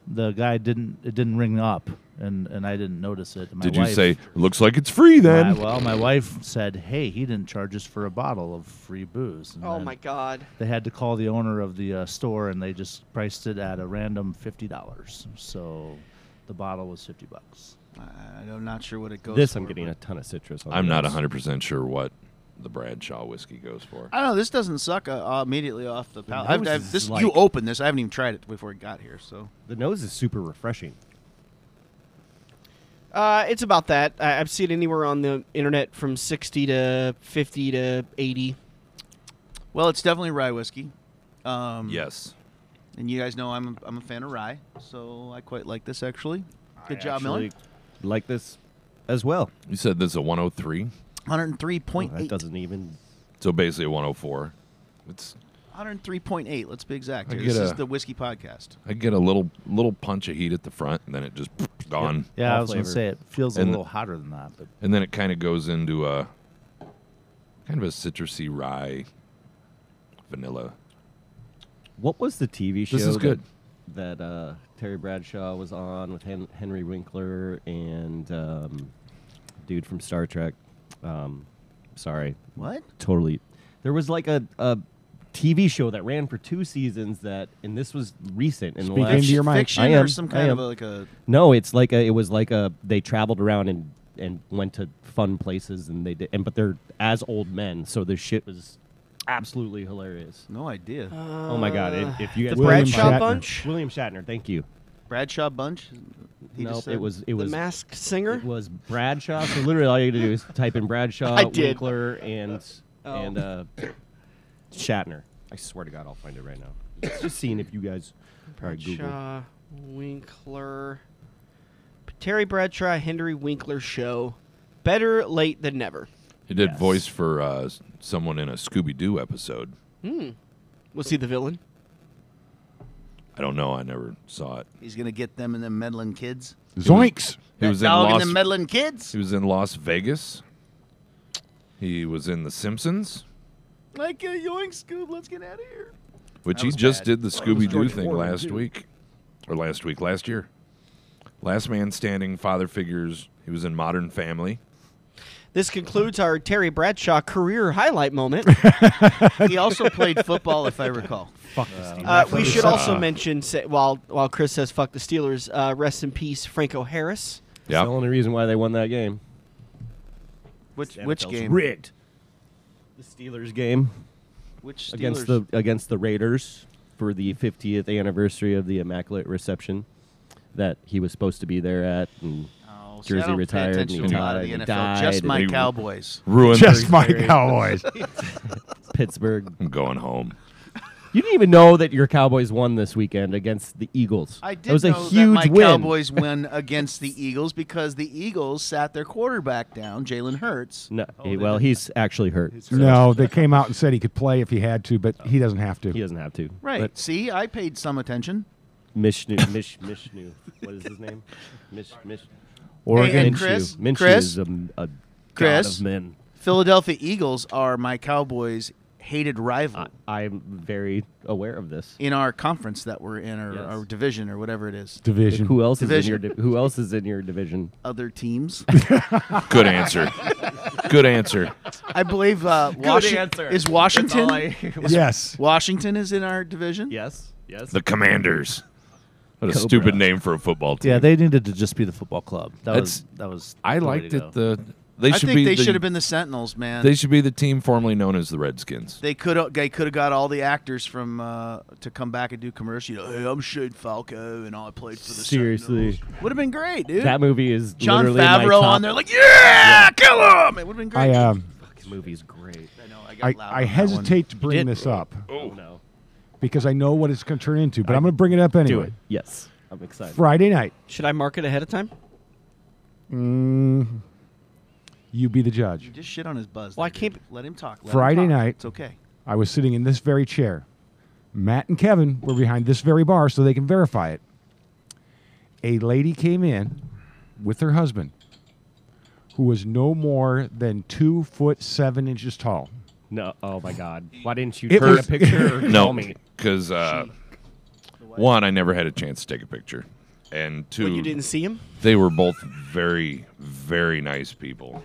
the guy didn't. It didn't ring up, and and I didn't notice it. And My Did wife, you say looks like it's free My, then? well, my wife said, "Hey, he didn't charge us for a bottle of free booze." And Oh then my God. They had to call the owner of the uh, store, and they just priced it at a random fifty dollars. So, the bottle was fifty bucks. I- I'm not sure what it goes. This I'm for, getting a but- ton of citrus. on I'm not this. 100% sure what the Bradshaw whiskey goes for. I don't know. This doesn't suck uh, uh, immediately off the palate. nose I've, I've, is this like- you opened this. I haven't even tried it before it got here. So The nose is super refreshing. Uh, it's about that. I, I've seen anywhere on the internet from sixty to fifty to eighty. well, it's definitely rye whiskey. Um, Yes. And you guys know I'm a, I'm a fan of rye, so I quite like this actually. Good I job, Miller. actually Like this as well. You said this is a 103, Oh, 103.8. that doesn't even. so basically a 104. It's 103.8. Let's be exact. I Here. get This is a- the whiskey podcast. I get a little little punch of heat at the front, and then it just gone, Yeah, I All was going to flavor. say it feels And a the- little hotter than that. But uh, and then it kind of goes into a kind of a citrusy rye, vanilla. What was the TV show? This is that- good. That, uh, Terry Bradshaw was on with Hen- Henry Winkler and um, dude from Star Trek. Um, sorry, What? totally. There was like a, a TV show that ran for two seasons. That and this was recent in Speak the last into your mic. fiction I am, or some I kind of am. a, like a No, it's like a, it was like a they traveled around and and went to fun places and they did and but they're as old men, so their shit was absolutely hilarious. no idea. oh my god! If if you The guys William Bradshaw Shatner. Bunch, William Shatner, thank you. Bradshaw Bunch. He just nope, said- it was it the was masked singer. it was Bradshaw. So literally all you got to do is type in Bradshaw, I did. Winkler, and Oh. and uh, Shatner. I swear to God, I'll find it right now. Just seeing if you guys probably Google. Bradshaw, Winkler, Terry Bradshaw, Henry Winkler show. Better late than never. He did Yes. voice for uh, s- someone in a Scooby Doo episode. Was he the villain? I don't know. I never saw it. He's gonna get them and the meddling kids. Zoinks! He That was in dog Lost. and the meddling kids. He was in Las Vegas. He was in The Simpsons, Like a yoink scoop. Let's get out of here. which That he was just bad. did the Scooby Doo George thing Foreman, last too. week, or last week, last year. Last Man Standing, Father Figures. He was in Modern Family. This concludes our Terry Bradshaw career highlight moment. He also played football, if I recall. Uh, we should also mention, say, while while Chris says "fuck the Steelers," uh, rest in peace, Franco Harris. Yeah, It's the only reason why they won that game. Which The which NFL's game? rigged. The Steelers game Which Steelers? against the against the Raiders for the 50th anniversary of the Immaculate Reception that he was supposed to be there at. And Oh, see, Jersey I don't pay retired and attention he to a lot of died the and he NFL. Just died my and- Cowboys. ruined. Just my Cowboys. Pittsburgh. I'm going home. You didn't even know that your Cowboys won this weekend against the Eagles. I did That was a know huge that my win. Cowboys win against the Eagles because the Eagles sat their quarterback down, Jalen Hurts. No, eh, well, he's actually hurt. no, they came out and said he could play if he had to, but he doesn't have to. He doesn't have to. Right. But See, I paid some attention. Mishnu, Mish, Mishnu. What is his name? Mish, Mish. Oregon. Minshew. Chris, Minshew Chris, is a, a god Chris. of men. Philadelphia Eagles are my Cowboys' hated rival I, I'm very aware of this. in our conference that we're in, or Yes. our division, or whatever it is. Division. Who else Division. is in your di- Who else is in your division? Other teams. Good answer. Good answer. I believe uh, Washington answer. is Washington. Yes. Washington is in our division. Yes. Yes. The Commanders. What a Cobra. stupid name for a football team. Yeah, they needed to just be the football club. That That's- was that was. I the way liked to it. go. The I they should think be they the, should have been the Sentinels, man. They should be the team formerly known as the Redskins. They could have. They could have got all the actors from uh, to come back and do commercial. You know, hey, I'm Shane Falco, and I played for the Seriously. Would have been great, dude. that movie is John literally my Favreau top on there, like, yeah, kill him. It would have been great. I um, fucking Movie's great. I know. I, got loud I, I on that one. hesitate to bring this up Oh no. because I know what it's going to turn into, but I, am going to bring it up anyway. Do it. Yes. I'm excited. Friday night. Should I mark it ahead of time? Mm, you be the You judge. just shit on his buzz. Well, there, I can't- dude. Let him talk. Let Friday him talk. night. It's okay. I was sitting in this very chair. Matt and Kevin were behind this very bar so they can verify it. A lady came in with her husband who was no more than two foot seven inches tall. No. Oh my God. Why didn't you It take was- a picture? or No, Call me. because uh, one, I never had a chance to take a picture, and two, When you didn't see him, they were both very, very nice people.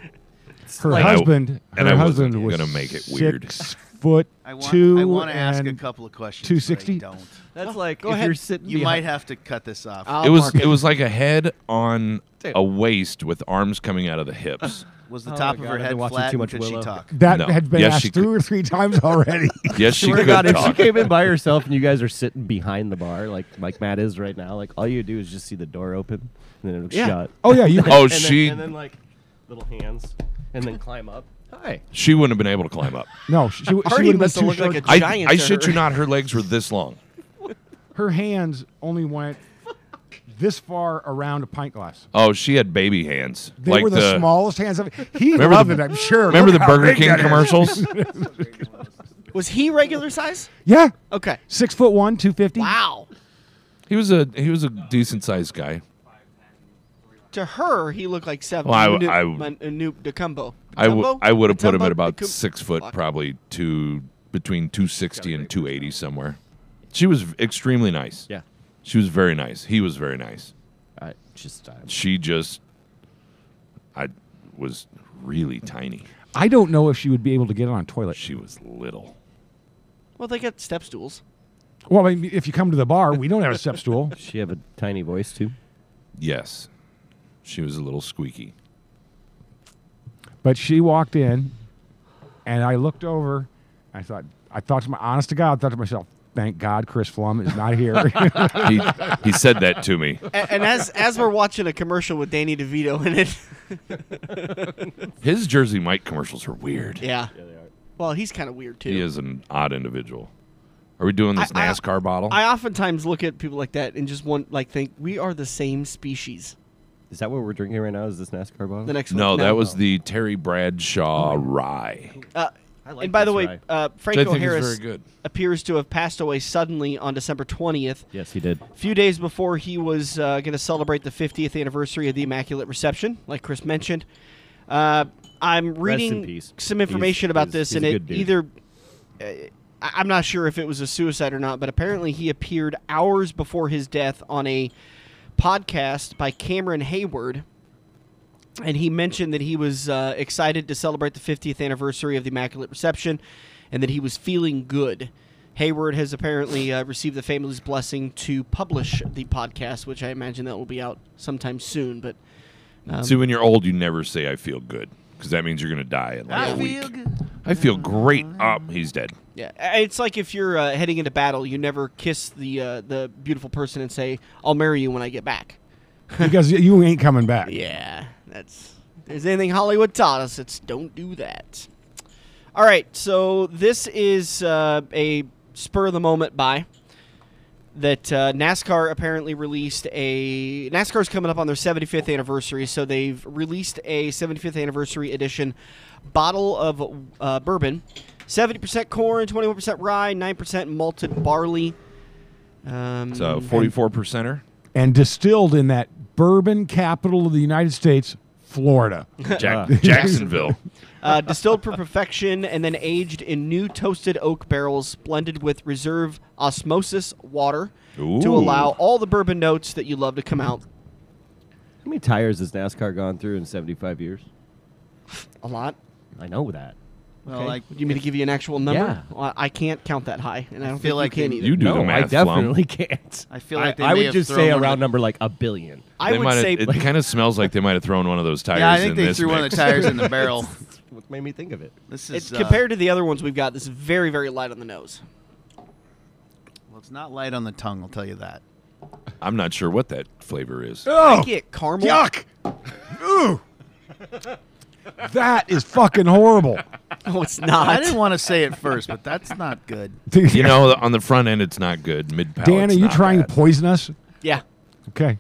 Her Like- husband, And I- and her I wasn't husband was gonna make it weird. Six foot I want. two. I want to ask a and- couple of questions. 260? But I don't. That's like go if ahead. you're sitting. You might behind- have to cut this off. I'll it was mark it was like a head on Dude. a waist with arms coming out of the hips. Was the Oh top of my God, her I've been head watching flat? too and much could she Willow. talk? That No. had been Yes, she asked two or three times already. yes, she Swear to could God, if she talk. came in by herself and you guys are sitting behind the bar, like like Matt is right now, like all you do is just see the door open and then it looks Yeah. shut. oh yeah, you. Oh, and then- she and then like little hands, and then climb up. Hi. she wouldn't have been able to climb up. No, she, she would Hardy have been must have too looked like short. a I giant. I to shit her. you not, her legs were this long. Her hands only went this far around a pint glass. Oh, she had baby hands. They like were the, smallest hands of He Remember loved the- it, I'm sure. Remember Look the how Burger big King that is. commercials? Was he regular size? Yeah. Okay. Six foot one, 250. Wow. he was a he was a decent sized guy. To her, he looked like seven. Well, I Manute w- I Manu- w- Dacumbo. I, w- Dacumbo? I would have put him Dacumbo? at about Dacum- six foot, Fuck. probably two between two sixty and two eighty somewhere. She was extremely nice. Yeah. she was very nice. He was very nice. I just uh, I- She just, I was really tiny. I don't know if she would be able to get on a toilet. She was little. Well, they got step stools. Well, I mean, if you come to the bar, we don't have a step stool. She have a tiny voice too. Yes. She was a little squeaky. But she walked in, and I looked over. I thought, I thought to my honest to God, I thought to myself, thank God Chris Flum is not here. He, he said that to me. And, and as as we're watching a commercial with Danny DeVito in it, His Jersey Mike commercials are weird. yeah. Well, he's kind of weird too. He is an odd individual. Are we doing this I- I- NASCAR bottle? I oftentimes look at people like that and just want like think we are the same species. Is that what we're drinking right now? Is this NASCAR bottle? The next no, one. that was the Terry Bradshaw Oh. rye. Uh, like and by the this way, rye. uh, Which I Franco think Harris is very good. appears to have passed away suddenly on December twentieth. yes, he did. A few days before he was uh, going to celebrate the 50th anniversary of the Immaculate Reception, like Chris mentioned. Uh, I'm reading peace. some information He's- about he's- this, he's and a it good dude. either. Uh, I- I'm not sure if it was a suicide or not, but apparently he appeared hours before his death on a podcast by Cameron Hayward. And he mentioned that he was uh, excited to celebrate the 50th anniversary of the Immaculate Reception and that he was feeling good. Hayward has apparently uh, received the family's blessing to publish the podcast, which I imagine that will be out sometime soon. But See, when you're old, you never say "I feel good" because that means you're going to die in like a week. I feel great. Mm. Oh, he's dead. yeah, I- it's like if you're uh, heading into battle, you never kiss the uh, the beautiful person and say, "I'll marry you when I get back." because you ain't coming back. Yeah, that's. If there's anything Hollywood taught us, it's don't do that. All right, so this is uh, a spur of the moment buy that uh, NASCAR apparently released a. NASCAR's coming up on their 75th anniversary, so they've released a 75th anniversary edition bottle of uh, bourbon. 70% corn, 21% rye, 9% malted barley. Um, So, forty-four percenter. And distilled in that bourbon capital of the United States, Florida. Jack- Jacksonville. uh, distilled for perfection and then aged in new toasted oak barrels blended with reserve osmosis water to Ooh. allow all the bourbon notes that you love to come out How many tires has NASCAR gone through in 75 years? a lot. I know that. Well, Okay. Oh, like Do you mean to give you an actual number? Yeah. Well, I can't count that high, and I don't feel feel like like you can in- either. You do no, the math. I definitely can't. I feel like they may I, would have just thrown say a one of round the- number like a billion. I They would might have- say it kind of smells like they might have thrown one of those tires. yeah, I think in they this threw one of mix. the tires in the barrel. That's what made me think of it. This it's is uh, compared to the other ones we've got. This is very, very light on the nose. Well, it's not light on the tongue. I'll tell you that. I'm not sure what that flavor is. I Oh, get caramel. yuck! Ooh, that is fucking horrible. No, it's I not. didn't want to say it first, but that's not good. You know, on the front end, it's not good. Mid palate. Dan, are you trying to poison us? yeah, Okay.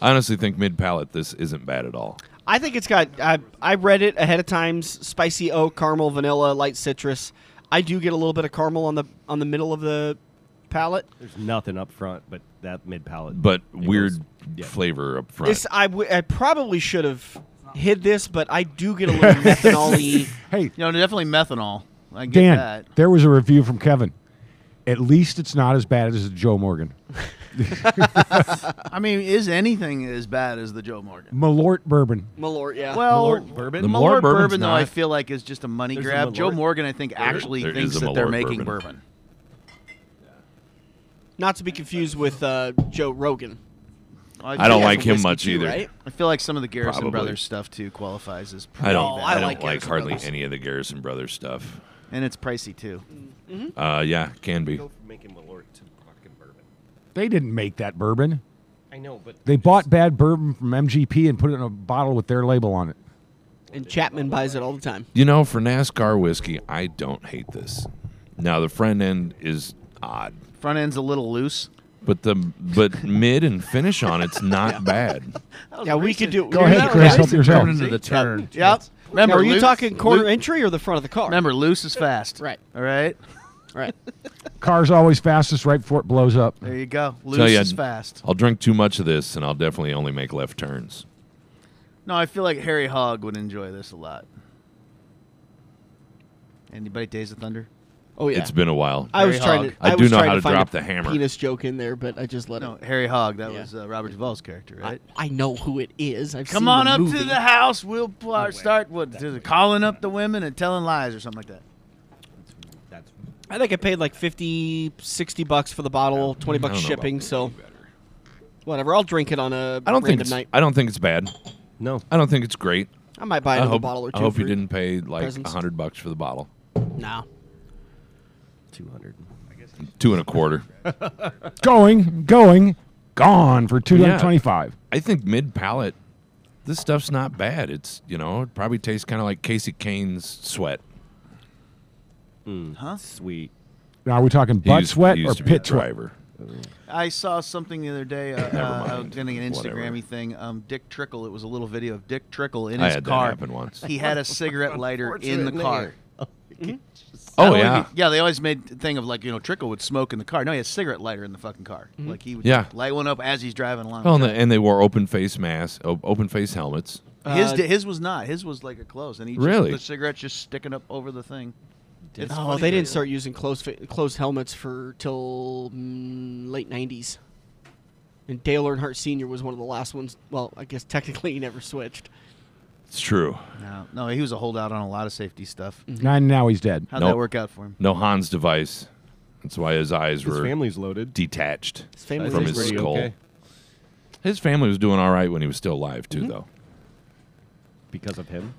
I honestly think mid palate, this isn't bad at all. I think it's got. I I read it ahead of time. s- Spicy oak, caramel, vanilla, light citrus. I do get a little bit of caramel on the on the middle of the palate. There's nothing up front, but that mid palate. but it goes- weird yeah. flavor up front. This I, w- I probably should have hid this, but I do get a little methanol-y. Hey, You know, definitely methanol. I get Dan, that. there was a review from Kevin. At least it's not as bad as Joe Morgan. I mean, is anything as bad as the Joe Morgan? Malort bourbon. Malort, yeah. Well, Malort bourbon? The Malort Malort bourbon's bourbon, though, I not- feel like is just a money There's a grab. Joe Malort. Morgan, I think, actually there is thinks a that they're Malort making bourbon. bourbon. Not to be confused with uh, Joe Rogan. I don't Yeah, like from him whiskey much too, either. right? I feel like some of the Garrison Probably. Brothers stuff too qualifies as. I don't. Oh, I I, don't like like, Garrison hardly Brothers. any of the Garrison Brothers stuff. and it's pricey too. Uh, yeah, can be. Go from making Malort to fucking bourbon. They didn't make that bourbon. I know, but They bought bad bourbon from MGP and put it in a bottle with their label on it. And Chapman buys it all the time. You know, for NASCAR whiskey, I don't hate this. Now the front end is odd, Front end's a little loose. but the but mid and finish on it's not bad. Yeah, we could do. Go ahead, Chris. Help yourself. Turn into the turn. Yep. Remember, Now, are you loose- talking corner loo- entry or the front of the car? Remember, loose is fast. Right. All right. Right. Car's always fastest right before it blows up. There you go. Loose yeah, is fast. I'll drink too much of this, and I'll definitely only make left turns. No, I feel like Harry Hogg would enjoy this a lot. Anybody Days of Thunder? Oh yeah. It's been a while. I was Harry trying Hog. to. I I do was know trying how to to find drop a the hammer. Penis joke in there, but I just let No, it. Harry Hogg. That Yeah. was uh, Robert Duvall's character, right? I know who it is. I've Come seen on the up to movie. the house. We'll pl- start what, calling up the women and telling lies or something like that. that's I think I paid like 50, 60 bucks for the bottle, 20 I bucks don't know about shipping, so whatever. I'll drink it on a I don't think random it's, night. I don't think it's bad. No. I don't think it's great. I might buy I another hope, bottle or two. I hope you for- didn't pay like a presents. hundred bucks for the bottle. No. 200. Two and a quarter. Going, going, gone for two Yeah. hundred twenty-five. I think mid palate, this stuff's not bad. It's you know, it probably tastes kinda like Casey Kane's sweat. Sweet. Now, are we talking He butt used- sweat he or used to be a pit sweat? driver. I saw something the other day. Uh, uh, I was getting an Whatever. Instagram-y thing. Um, Dick Trickle. It was a little video of Dick Trickle in I his had that car. happen once. He had a cigarette lighter in the car. Not Oh only yeah. be- yeah. They always made the thing of like you know Trickle would smoke in the car. No, he had a cigarette lighter in the fucking car. Like he would Mm-hmm. Yeah. light one up as he's driving along. Well, and, they, and they wore open face masks, op- open face helmets. his Uh, di- his was not. His was like a close, and he just, Really? the cigarette's just sticking up over the thing. It's Oh, funny, they but- didn't start using closed fa- closed helmets for till mm, late '90s. And Dale Earnhardt Sr. was one of the last ones. Well, I guess technically he never switched. It's true. No, no, he was a holdout on a lot of safety stuff. Nine. Now he's dead. How'd Nope. that work out for him? No Hans device. That's why his eyes His were family's loaded. detached His family from was his pretty skull. okay. His family was doing all right when he was still alive Mm-hmm. too, though, Because of him.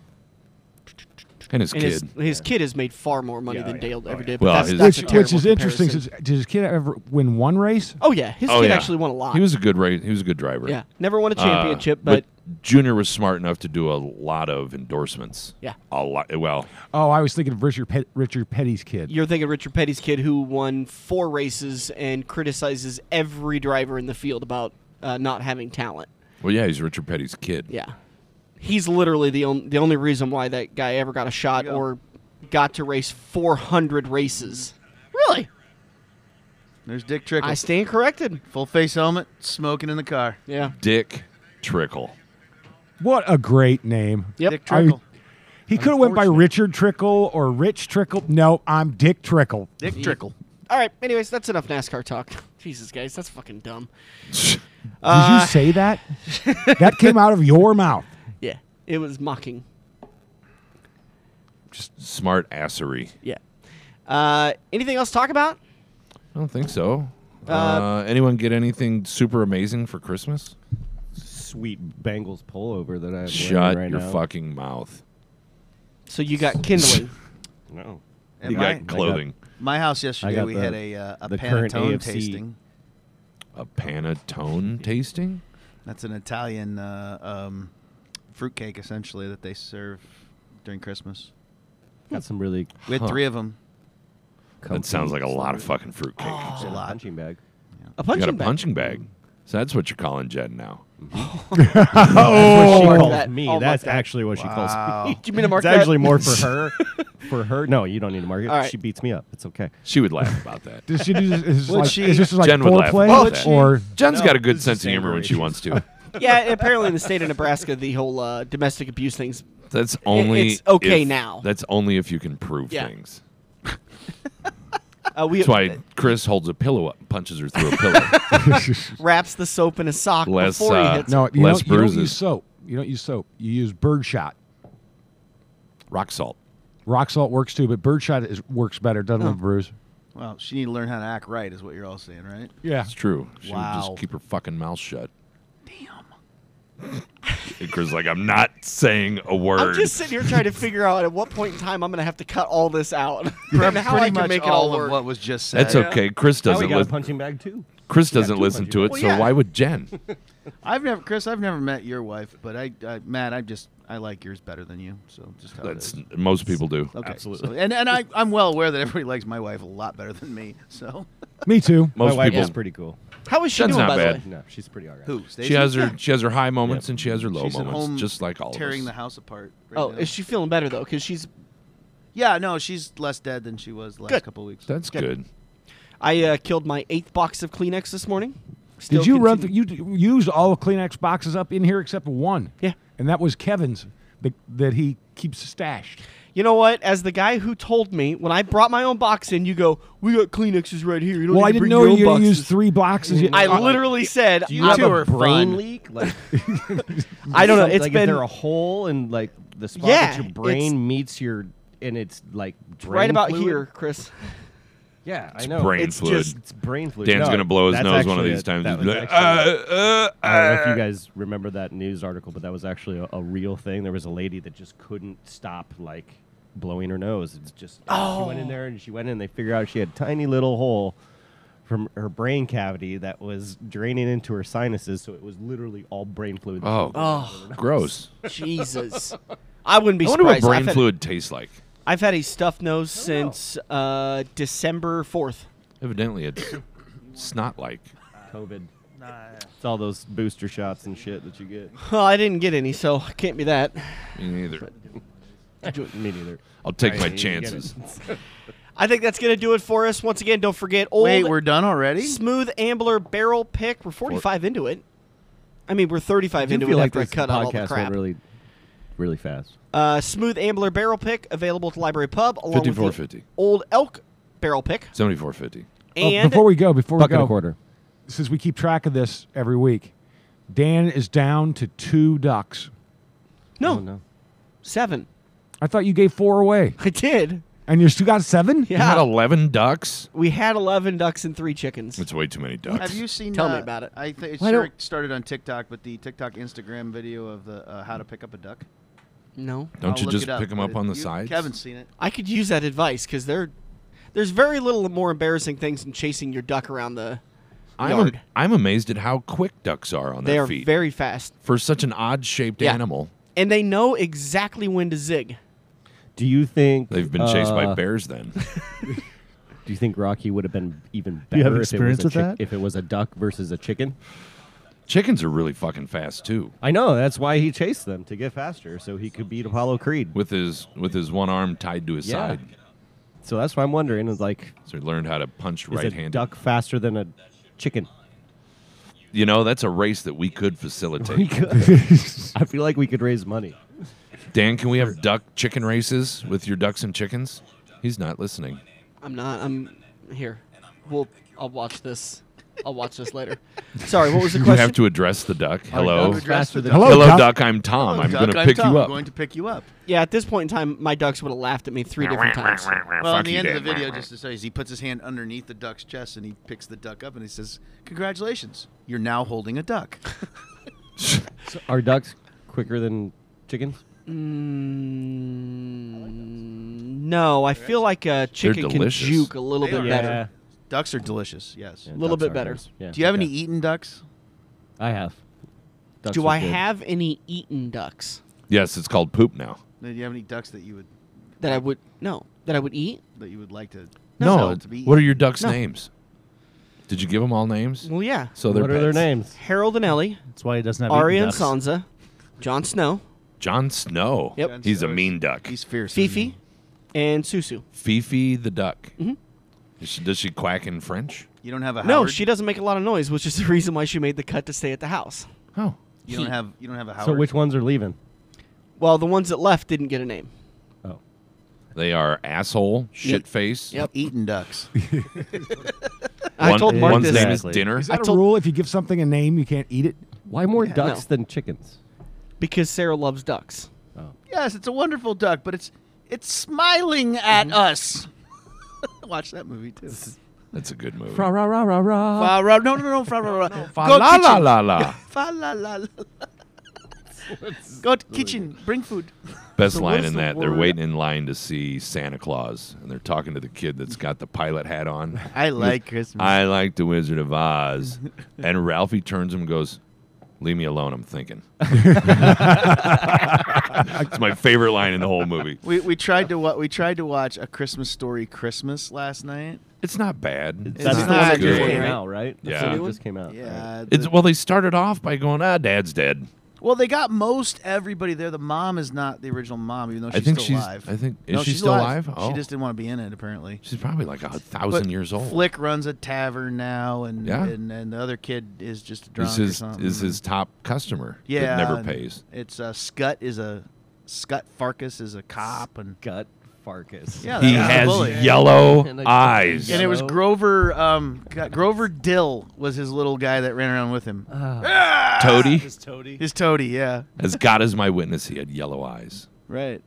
and his And kid. his, his kid has made far more money Yeah, than yeah. Dale Oh, ever yeah. did. Well, but that's, his- that's a Which, which is terrible interesting. comparison. Since, did his kid ever win one race? oh yeah, his Oh, kid yeah. actually won a lot. he was a good ra- he was a good driver. yeah, never won a Uh, championship, but, Junior was smart enough to do a lot of endorsements. Yeah. a lot. Well, Oh, I was thinking of Richard, Pet- Richard Petty's kid. you're thinking Richard Petty's kid who won four races and criticizes every driver in the field about uh, not having talent. well, yeah, he's Richard Petty's kid. Yeah, he's literally the only the only reason why that guy ever got a shot Yeah. or got to race 400 races. Really? There's Dick Trickle. I stand corrected. Full face helmet, smoking in the car. Yeah. Dick Trickle. What a great name. Yep. Dick Trickle. He could have went by Richard Trickle or Rich Trickle. No, I'm Dick Trickle. Dick Trickle. All right. Anyways, that's enough NASCAR talk. Jesus, guys, that's fucking dumb. Did Uh, you say that? that came out of your mouth. Yeah, it was mocking. Smart assery. Yeah. Uh, anything else to talk about? I don't think so. uh, anyone get anything super amazing for Christmas? Sweet Bengals pullover that I have Shut wearing right your now. fucking mouth. So you got kindling. No. At You my, got clothing. my house yesterday, got we the- had a uh, a the current panettone AFC. tasting. A panettone tasting? That's an Italian uh, um, fruitcake, essentially, that they serve during Christmas. Got some really. We had Huh. three of them. That sounds like a lot of fucking fruitcake. It's a a lot. punching Oh, bag. A You got a punching bag. punching bag. So that's what you're calling Jen now. That's what she calls that. me. I'll mark That's that. actually what she calls me. Do you mean to mark it's that? actually more for her. For her, no, you don't need to mark it. All right. She beats me up. It's okay. She would laugh about that. Does she do this? Is this Would like, she- is this like Jen would laugh about foreplay that. or Jen's No, got a good this is sense of humor when she angry. wants to. yeah, and apparently in the state of Nebraska, the whole uh, domestic abuse thing's That's only it's okay if- now. That's only if you can prove Yeah. things. uh, we That's why Chris holds a pillow up, and punches her through a pillow. wraps the soap in a sock Less, before uh, he hits. no? it. You Less don't, you don't bruises. use soap. You don't use soap. You use birdshot. Rock salt. Rock salt works too, but birdshot is, works better. Doesn't Oh. leave a bruise. Well, she need to learn how to act right, is what you're all saying, right? Yeah. It's true. She would Wow. just keep her fucking mouth shut. Damn. And Chris is like, I'm not saying a word. I'm just sitting here trying to figure out at what point in time I'm going to have to cut all this out and how I can make it all of work. what was just said. That's okay. Chris Now we doesn't got a listen. punching bag too. Chris doesn't listen punches. to it, Well, so yeah. why would Jen? I've never, Chris. I've never met your wife, but I, I Matt, I just, I like yours better than you. So just how it That's is. most people do. Okay, Absolutely. so- and and I, I'm well aware that everybody likes my wife a lot better than me. So Me too. Most My wife people. is pretty cool. How is she That's doing, not by bad. the way? No, she's pretty alright. who? She Stacey? has her Yeah. she has her high moments Yep. and she has her low She's at moments, home just like all tearing of the us. house apart. right Oh, now. is she feeling better though? Because she's Yeah, no, she's less dead than she was the last Good. couple weeks. That's good. I uh, killed my eighth box of Kleenex this morning. Still Did you run through? continue- You d- used all the Kleenex boxes up in here except for one. Yeah. And that was Kevin's that, that he keeps stashed. You know what? As the guy who told me when I brought my own box in, you go, "We got Kleenexes right here." You don't Well, need I to didn't bring know your own you boxes." used three boxes. You- I uh, literally said, You I'm two a- are Brain fun. leak? Like "I don't know." It's It's like been is there a hole in like the spot Yeah, that your it's- brain meets your and it's like right brain about fluid? here, Chris. Yeah, I It's know. brain it's fluid. Just, it's brain fluid. No, Dan's gonna blow his that's nose one of actually these a- times. that He's was like, actually a- "Uh, uh, I don't know if uh." you guys remember that news article, but that was actually a, a real thing. There was a lady that just couldn't stop like blowing her nose. It's just she went in there and she went in. They figured out she had a tiny little hole from her brain cavity that was draining into her sinuses, so it was literally all brain fluid. Oh, Oh, gross. Jesus. I wouldn't be I wonder what surprised. brain I've had, fluid tastes like. I've had a stuffed nose since uh, December 4th. Evidently, it's snot like. COVID. It's all those booster shots and shit that you get. Well, I didn't get any, so it can't be that. Me neither. Me neither. I'll take I my didn't get it. chances. I think that's going to do it for us. Once again, don't forget old Wait, we're done already? smooth ambler barrel pick. We're 45 into it. I mean, we're 35 I into do it feel like after I this cut out all the podcast crap. went really, really fast. Uh, smooth ambler barrel pick available at the Library Pub along with the 54.50. old elk barrel pick 74.50. Oh, and before we go, before we Buck and go, a quarter. since we keep track of this every week, Dan is down to two ducks. no, Oh, no. seven. I thought you gave four away, I did. and you still got seven. You had Yeah, 11 ducks? we had 11 ducks and three chickens. That's way too many ducks. Have you seen? Tell me uh, about it. I think it Why sure don't- started on TikTok, but the TikTok Instagram video of the uh, how to pick up a duck. no, Don't I'll you look just it up, pick them but up it- on the you- sides? Kevin's seen it. I could use that advice because there, there's very little more embarrassing things than chasing your duck around the I'm, yard. I'm amazed at how quick ducks are on They their are feet very fast, for such an odd shaped Yeah. animal. and they know exactly when to zig. Do you think They've been chased by uh, bears then. Do you think Rocky would have been even better You have if, it was experience a with chick- that? if it was a duck versus a chicken? Chickens are really fucking fast too. I know that's why he chased them to get faster, so he could beat Apollo Creed. With his with his one arm tied to his Yeah. side. So that's why I'm wondering: is like, So he learned how to punch is right a handed. duck faster than a chicken? You know, that's a race that we could facilitate. We could. I feel like we could raise money. Dan, can we have duck chicken races with your ducks and chickens? He's not listening. I'm not. I'm here. We'll. I'll watch this. I'll watch this later. Sorry, what was the You have question? to address the duck. Hello. duck. Ducks faster than Hello, Hello, duck. duck. I'm Tom. I'm Duck, going to pick Tom. you Oh, I'm up. going to pick you up. Yeah, at this point in time, my ducks would have laughed at me three different times. Well, in the end of the video, just to say, is he puts his hand underneath the duck's chest and he picks the duck up and he says, "Congratulations, you're now holding a duck." Are ducks quicker than chickens? Mm, no, I feel like a chicken can delicious. juke a little They bit are. better. Ducks are delicious. Yes. Yeah, Little ducks bit are better. nice. Yeah, Do you have okay. any eaten ducks? I have. Ducks Do are I good. have any eaten ducks yes, it's called poop now. Do you have any ducks that you would that I would no that I would eat? that you would like to? No. sell No. to be What are your ducks' No. names? Did you give them all names? Well, yeah. So they're what are their pets. names? Harold and Ellie, That's why he doesn't have Arya eaten and ducks. Sansa, Jon Snow, John Snow. Yep. John He's a Snow is- mean duck. He's fierce. isn't Fifi, and Susu. Fifi the duck. Is she- does she quack in French? he? You don't have a No, Howard? she doesn't make a lot of noise, which is the reason why she made the cut to stay at the house. Oh. You don't have you don't have a Howard. So which ones are leaving? Well, the ones that left didn't get a name. Oh, They are asshole, shit face. Yep. eaten ducks? I One- told Mark one's this. name is Exactly. Dinner. Is that a told- rule? If you give something a name, you can't eat it. why more ducks than chickens? Because Sarah loves ducks. yes, it's a wonderful duck, but it's it's smiling at us. Watch that movie too. That's a good movie. rah rah rah rah. Fa ra- no, no, no, fa ra- ra- Fa Go la la kitchen. la la. Fa la la la. Go to kitchen. Bring food. Best So what line is in the that. They're word? waiting in line to see Santa Claus, and they're talking to the kid that's got the pilot hat on. I like Christmas. I like the Wizard of Oz. And Ralphie turns him and goes, Leave me alone, I'm thinking. it's my favorite line in the whole movie. we, we tried to wa- we tried to watch a Christmas story Christmas last night. It's not bad. That's not the one that good. just came Right? out, right? That's Yeah. the one that just came out. right? Yeah. Uh, It's the- well they started off by going, Ah, dad's dead. well, they got most everybody there. The mom is not the original mom, even though she's I think still she's alive. I think is No, she she's still alive? She Oh. just didn't want to be in it apparently. she's probably like a thousand But years old. Flick runs a tavern now, and Yeah. and, and the other kid is just a drunk is or his something. is his top customer yeah that never and pays. It's uh, Scut is a Scut Farkas is a cop, and Gut Farkas. yeah, that He was the bully. has yellow And a- eyes. And it was Yellow. Grover. Um, God, Grover Dill was his little guy that ran around with him. Toady. His toady, yeah, As God is my witness, he had yellow eyes. right.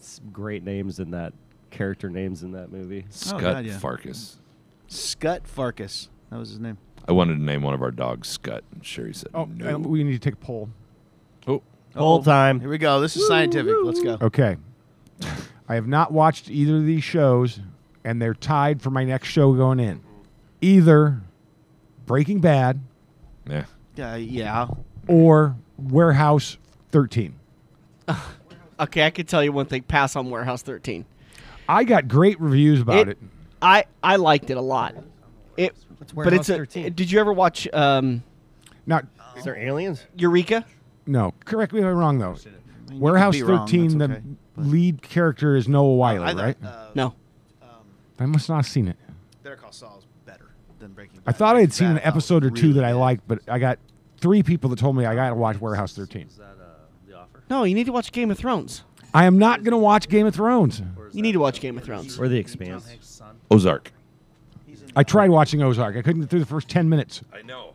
Some great names in that character names in that movie. Scut Oh, God, yeah. Farkas. Scut Farkas. That was his name. I wanted to name one of our dogs Scut. And Sherry said, Oh, no. uh, we need to take a poll. oh, Whole time. Here we go. This is scientific. Let's go. Okay. I have not watched either of these shows, and they're tied for my next show going in. Either Breaking Bad yeah. Uh, yeah. or Warehouse 13. Okay, I could tell you one thing. Pass on Warehouse 13. I got great reviews about it. I I liked it a lot. It, but Warehouse it's a. 13. Did you ever watch um, Not Is there aliens? Eureka? no. Correct me if I'm wrong I though. mean, you Warehouse could be wrong. 13. That's the okay. lead character is Noah Wiley, I thought, right? uh, No. I must not have seen it. Better Call Saul's better than Breaking Bad. I thought I Breaking had seen an Bad, I thought, episode or was two really that I bad. liked, but I got three people that told me I got to watch Warehouse 13. No, you need to watch Game of Thrones. I am not going to watch Game of Thrones. You need to watch Game of Thrones. Or the Expanse? Ozark. I tried watching Ozark. I couldn't get through the first 10 minutes. I know.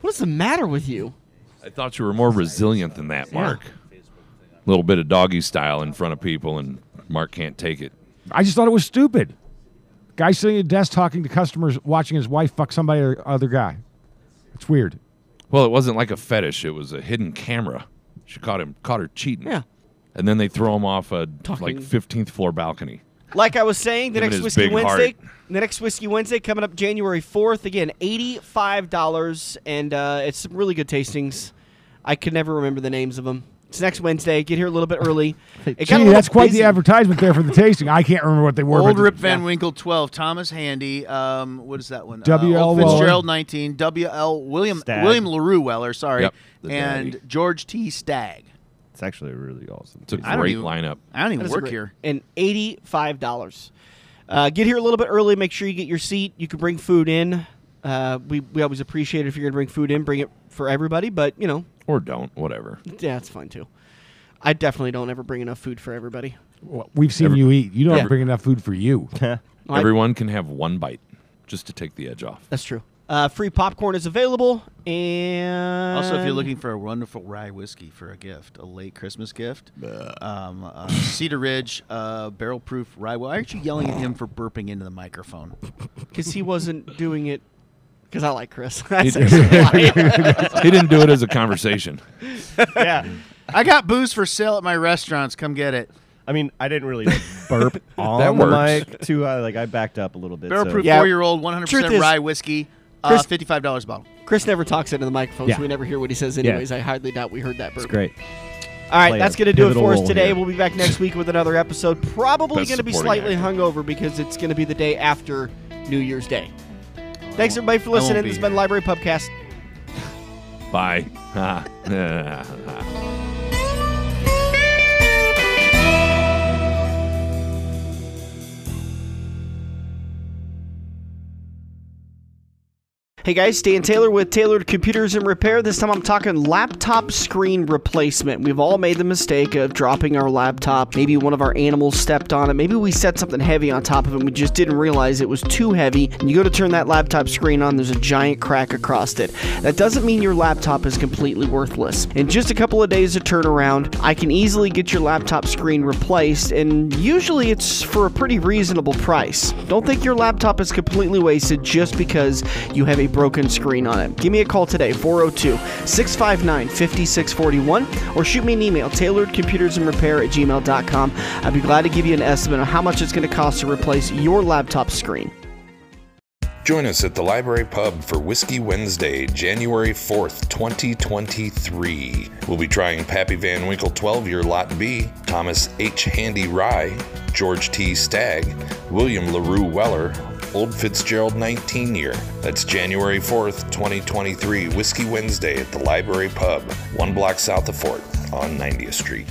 What's the matter with you? I thought you were more resilient than that, Mark. Little bit of doggy style in front of people, and Mark can't take it. I just thought it was stupid. Guy sitting at a desk talking to customers, watching his wife fuck somebody or other guy. It's weird. Well, it wasn't like a fetish; it was a hidden camera. She caught him, caught her cheating. Yeah. And then they throw him off a Talking. like 15th floor balcony. Like I was saying, the Give it next his Whiskey big heart. Wednesday, the next Whiskey Wednesday coming up January fourth. Again, eighty five dollars, and uh, it's some really good tastings. I could never remember the names of them. It's next Wednesday. Get here a little bit early. It got a Gee, little that's quite busy. the advertisement there for the tasting. I can't remember what they were. Old but- Rip Van Winkle 12, Thomas Handy. Um, what is that one? W.L. Uh, Old Weller. Fitzgerald 19, W.L. William Stagg. William LaRue Weller, sorry, Yep, the and daddy. George T. Stagg. It's actually really awesome. It's a I don't great even- lineup. I don't even That is work great. here. And eighty five dollars. Uh, get here a little bit early. Make sure you get your seat. You can bring food in. Uh, we we always appreciate it if you're gonna bring food in. Bring it for everybody, but you know, Or don't, whatever. yeah, it's fine too. I definitely don't ever bring enough food for everybody. Well, We've seen you eat. You don't bring enough food for you. Like- Everyone can have one bite just to take the edge off. That's true. Uh, free popcorn is available, and Also, if you're looking for a wonderful rye whiskey for a gift, a late Christmas gift, um, uh, Cedar Ridge uh, barrel proof rye. Why aren't you yelling at him for burping into the microphone? because he wasn't doing it because I like Chris. That's actually why. he didn't do it as a conversation. I got booze for sale at my restaurants. Come get it. I mean, I didn't really burp on That the works. mic too. I like I backed up a little bit. Barrel so- proof Yeah. four year old, 100% Truth is- rye whiskey, uh, Chris- $55 a bottle. Chris never talks into the microphone, Yeah. so we never hear what he says. Anyways, I hardly doubt we heard that. It's burp. great. All right, Play that's a going to do it pivotal for us role today. here. We'll be back next week with another episode. Probably Best going to be supporting slightly actor. hungover because it's going to be the day after New Year's Day. Thanks everybody for I won't listening. be This has been here. Library Pubcast. Bye. Ah. Hey guys, Dan Taylor with Tailored Computers and Repair. This time I'm talking laptop screen replacement. We've all made the mistake of dropping our laptop. Maybe one of our animals stepped on it. Maybe we set something heavy on top of it and we just didn't realize it was too heavy. And you go to turn that laptop screen on, there's a giant crack across it. That doesn't mean your laptop is completely worthless. In just a couple of days of turnaround, I can easily get your laptop screen replaced, and usually it's for a pretty reasonable price. Don't think your laptop is completely wasted just because you have a broken screen on it. Give me a call today, 402 659 5641, or shoot me an email, tailoredcomputersandrepair at gmail.com. I'd be glad to give you an estimate on how much it's going to cost to replace your laptop screen. Join us at the Library Pub for Whiskey Wednesday, January 4th, 2023. We'll be trying Pappy Van Winkle 12 year Lot B, Thomas H. Handy Rye, George T. Stagg, William LaRue Weller, Old Fitzgerald 19 year. That's January 4th, 2023, Whiskey Wednesday at the Library Pub, one block south of Fort on 90th Street.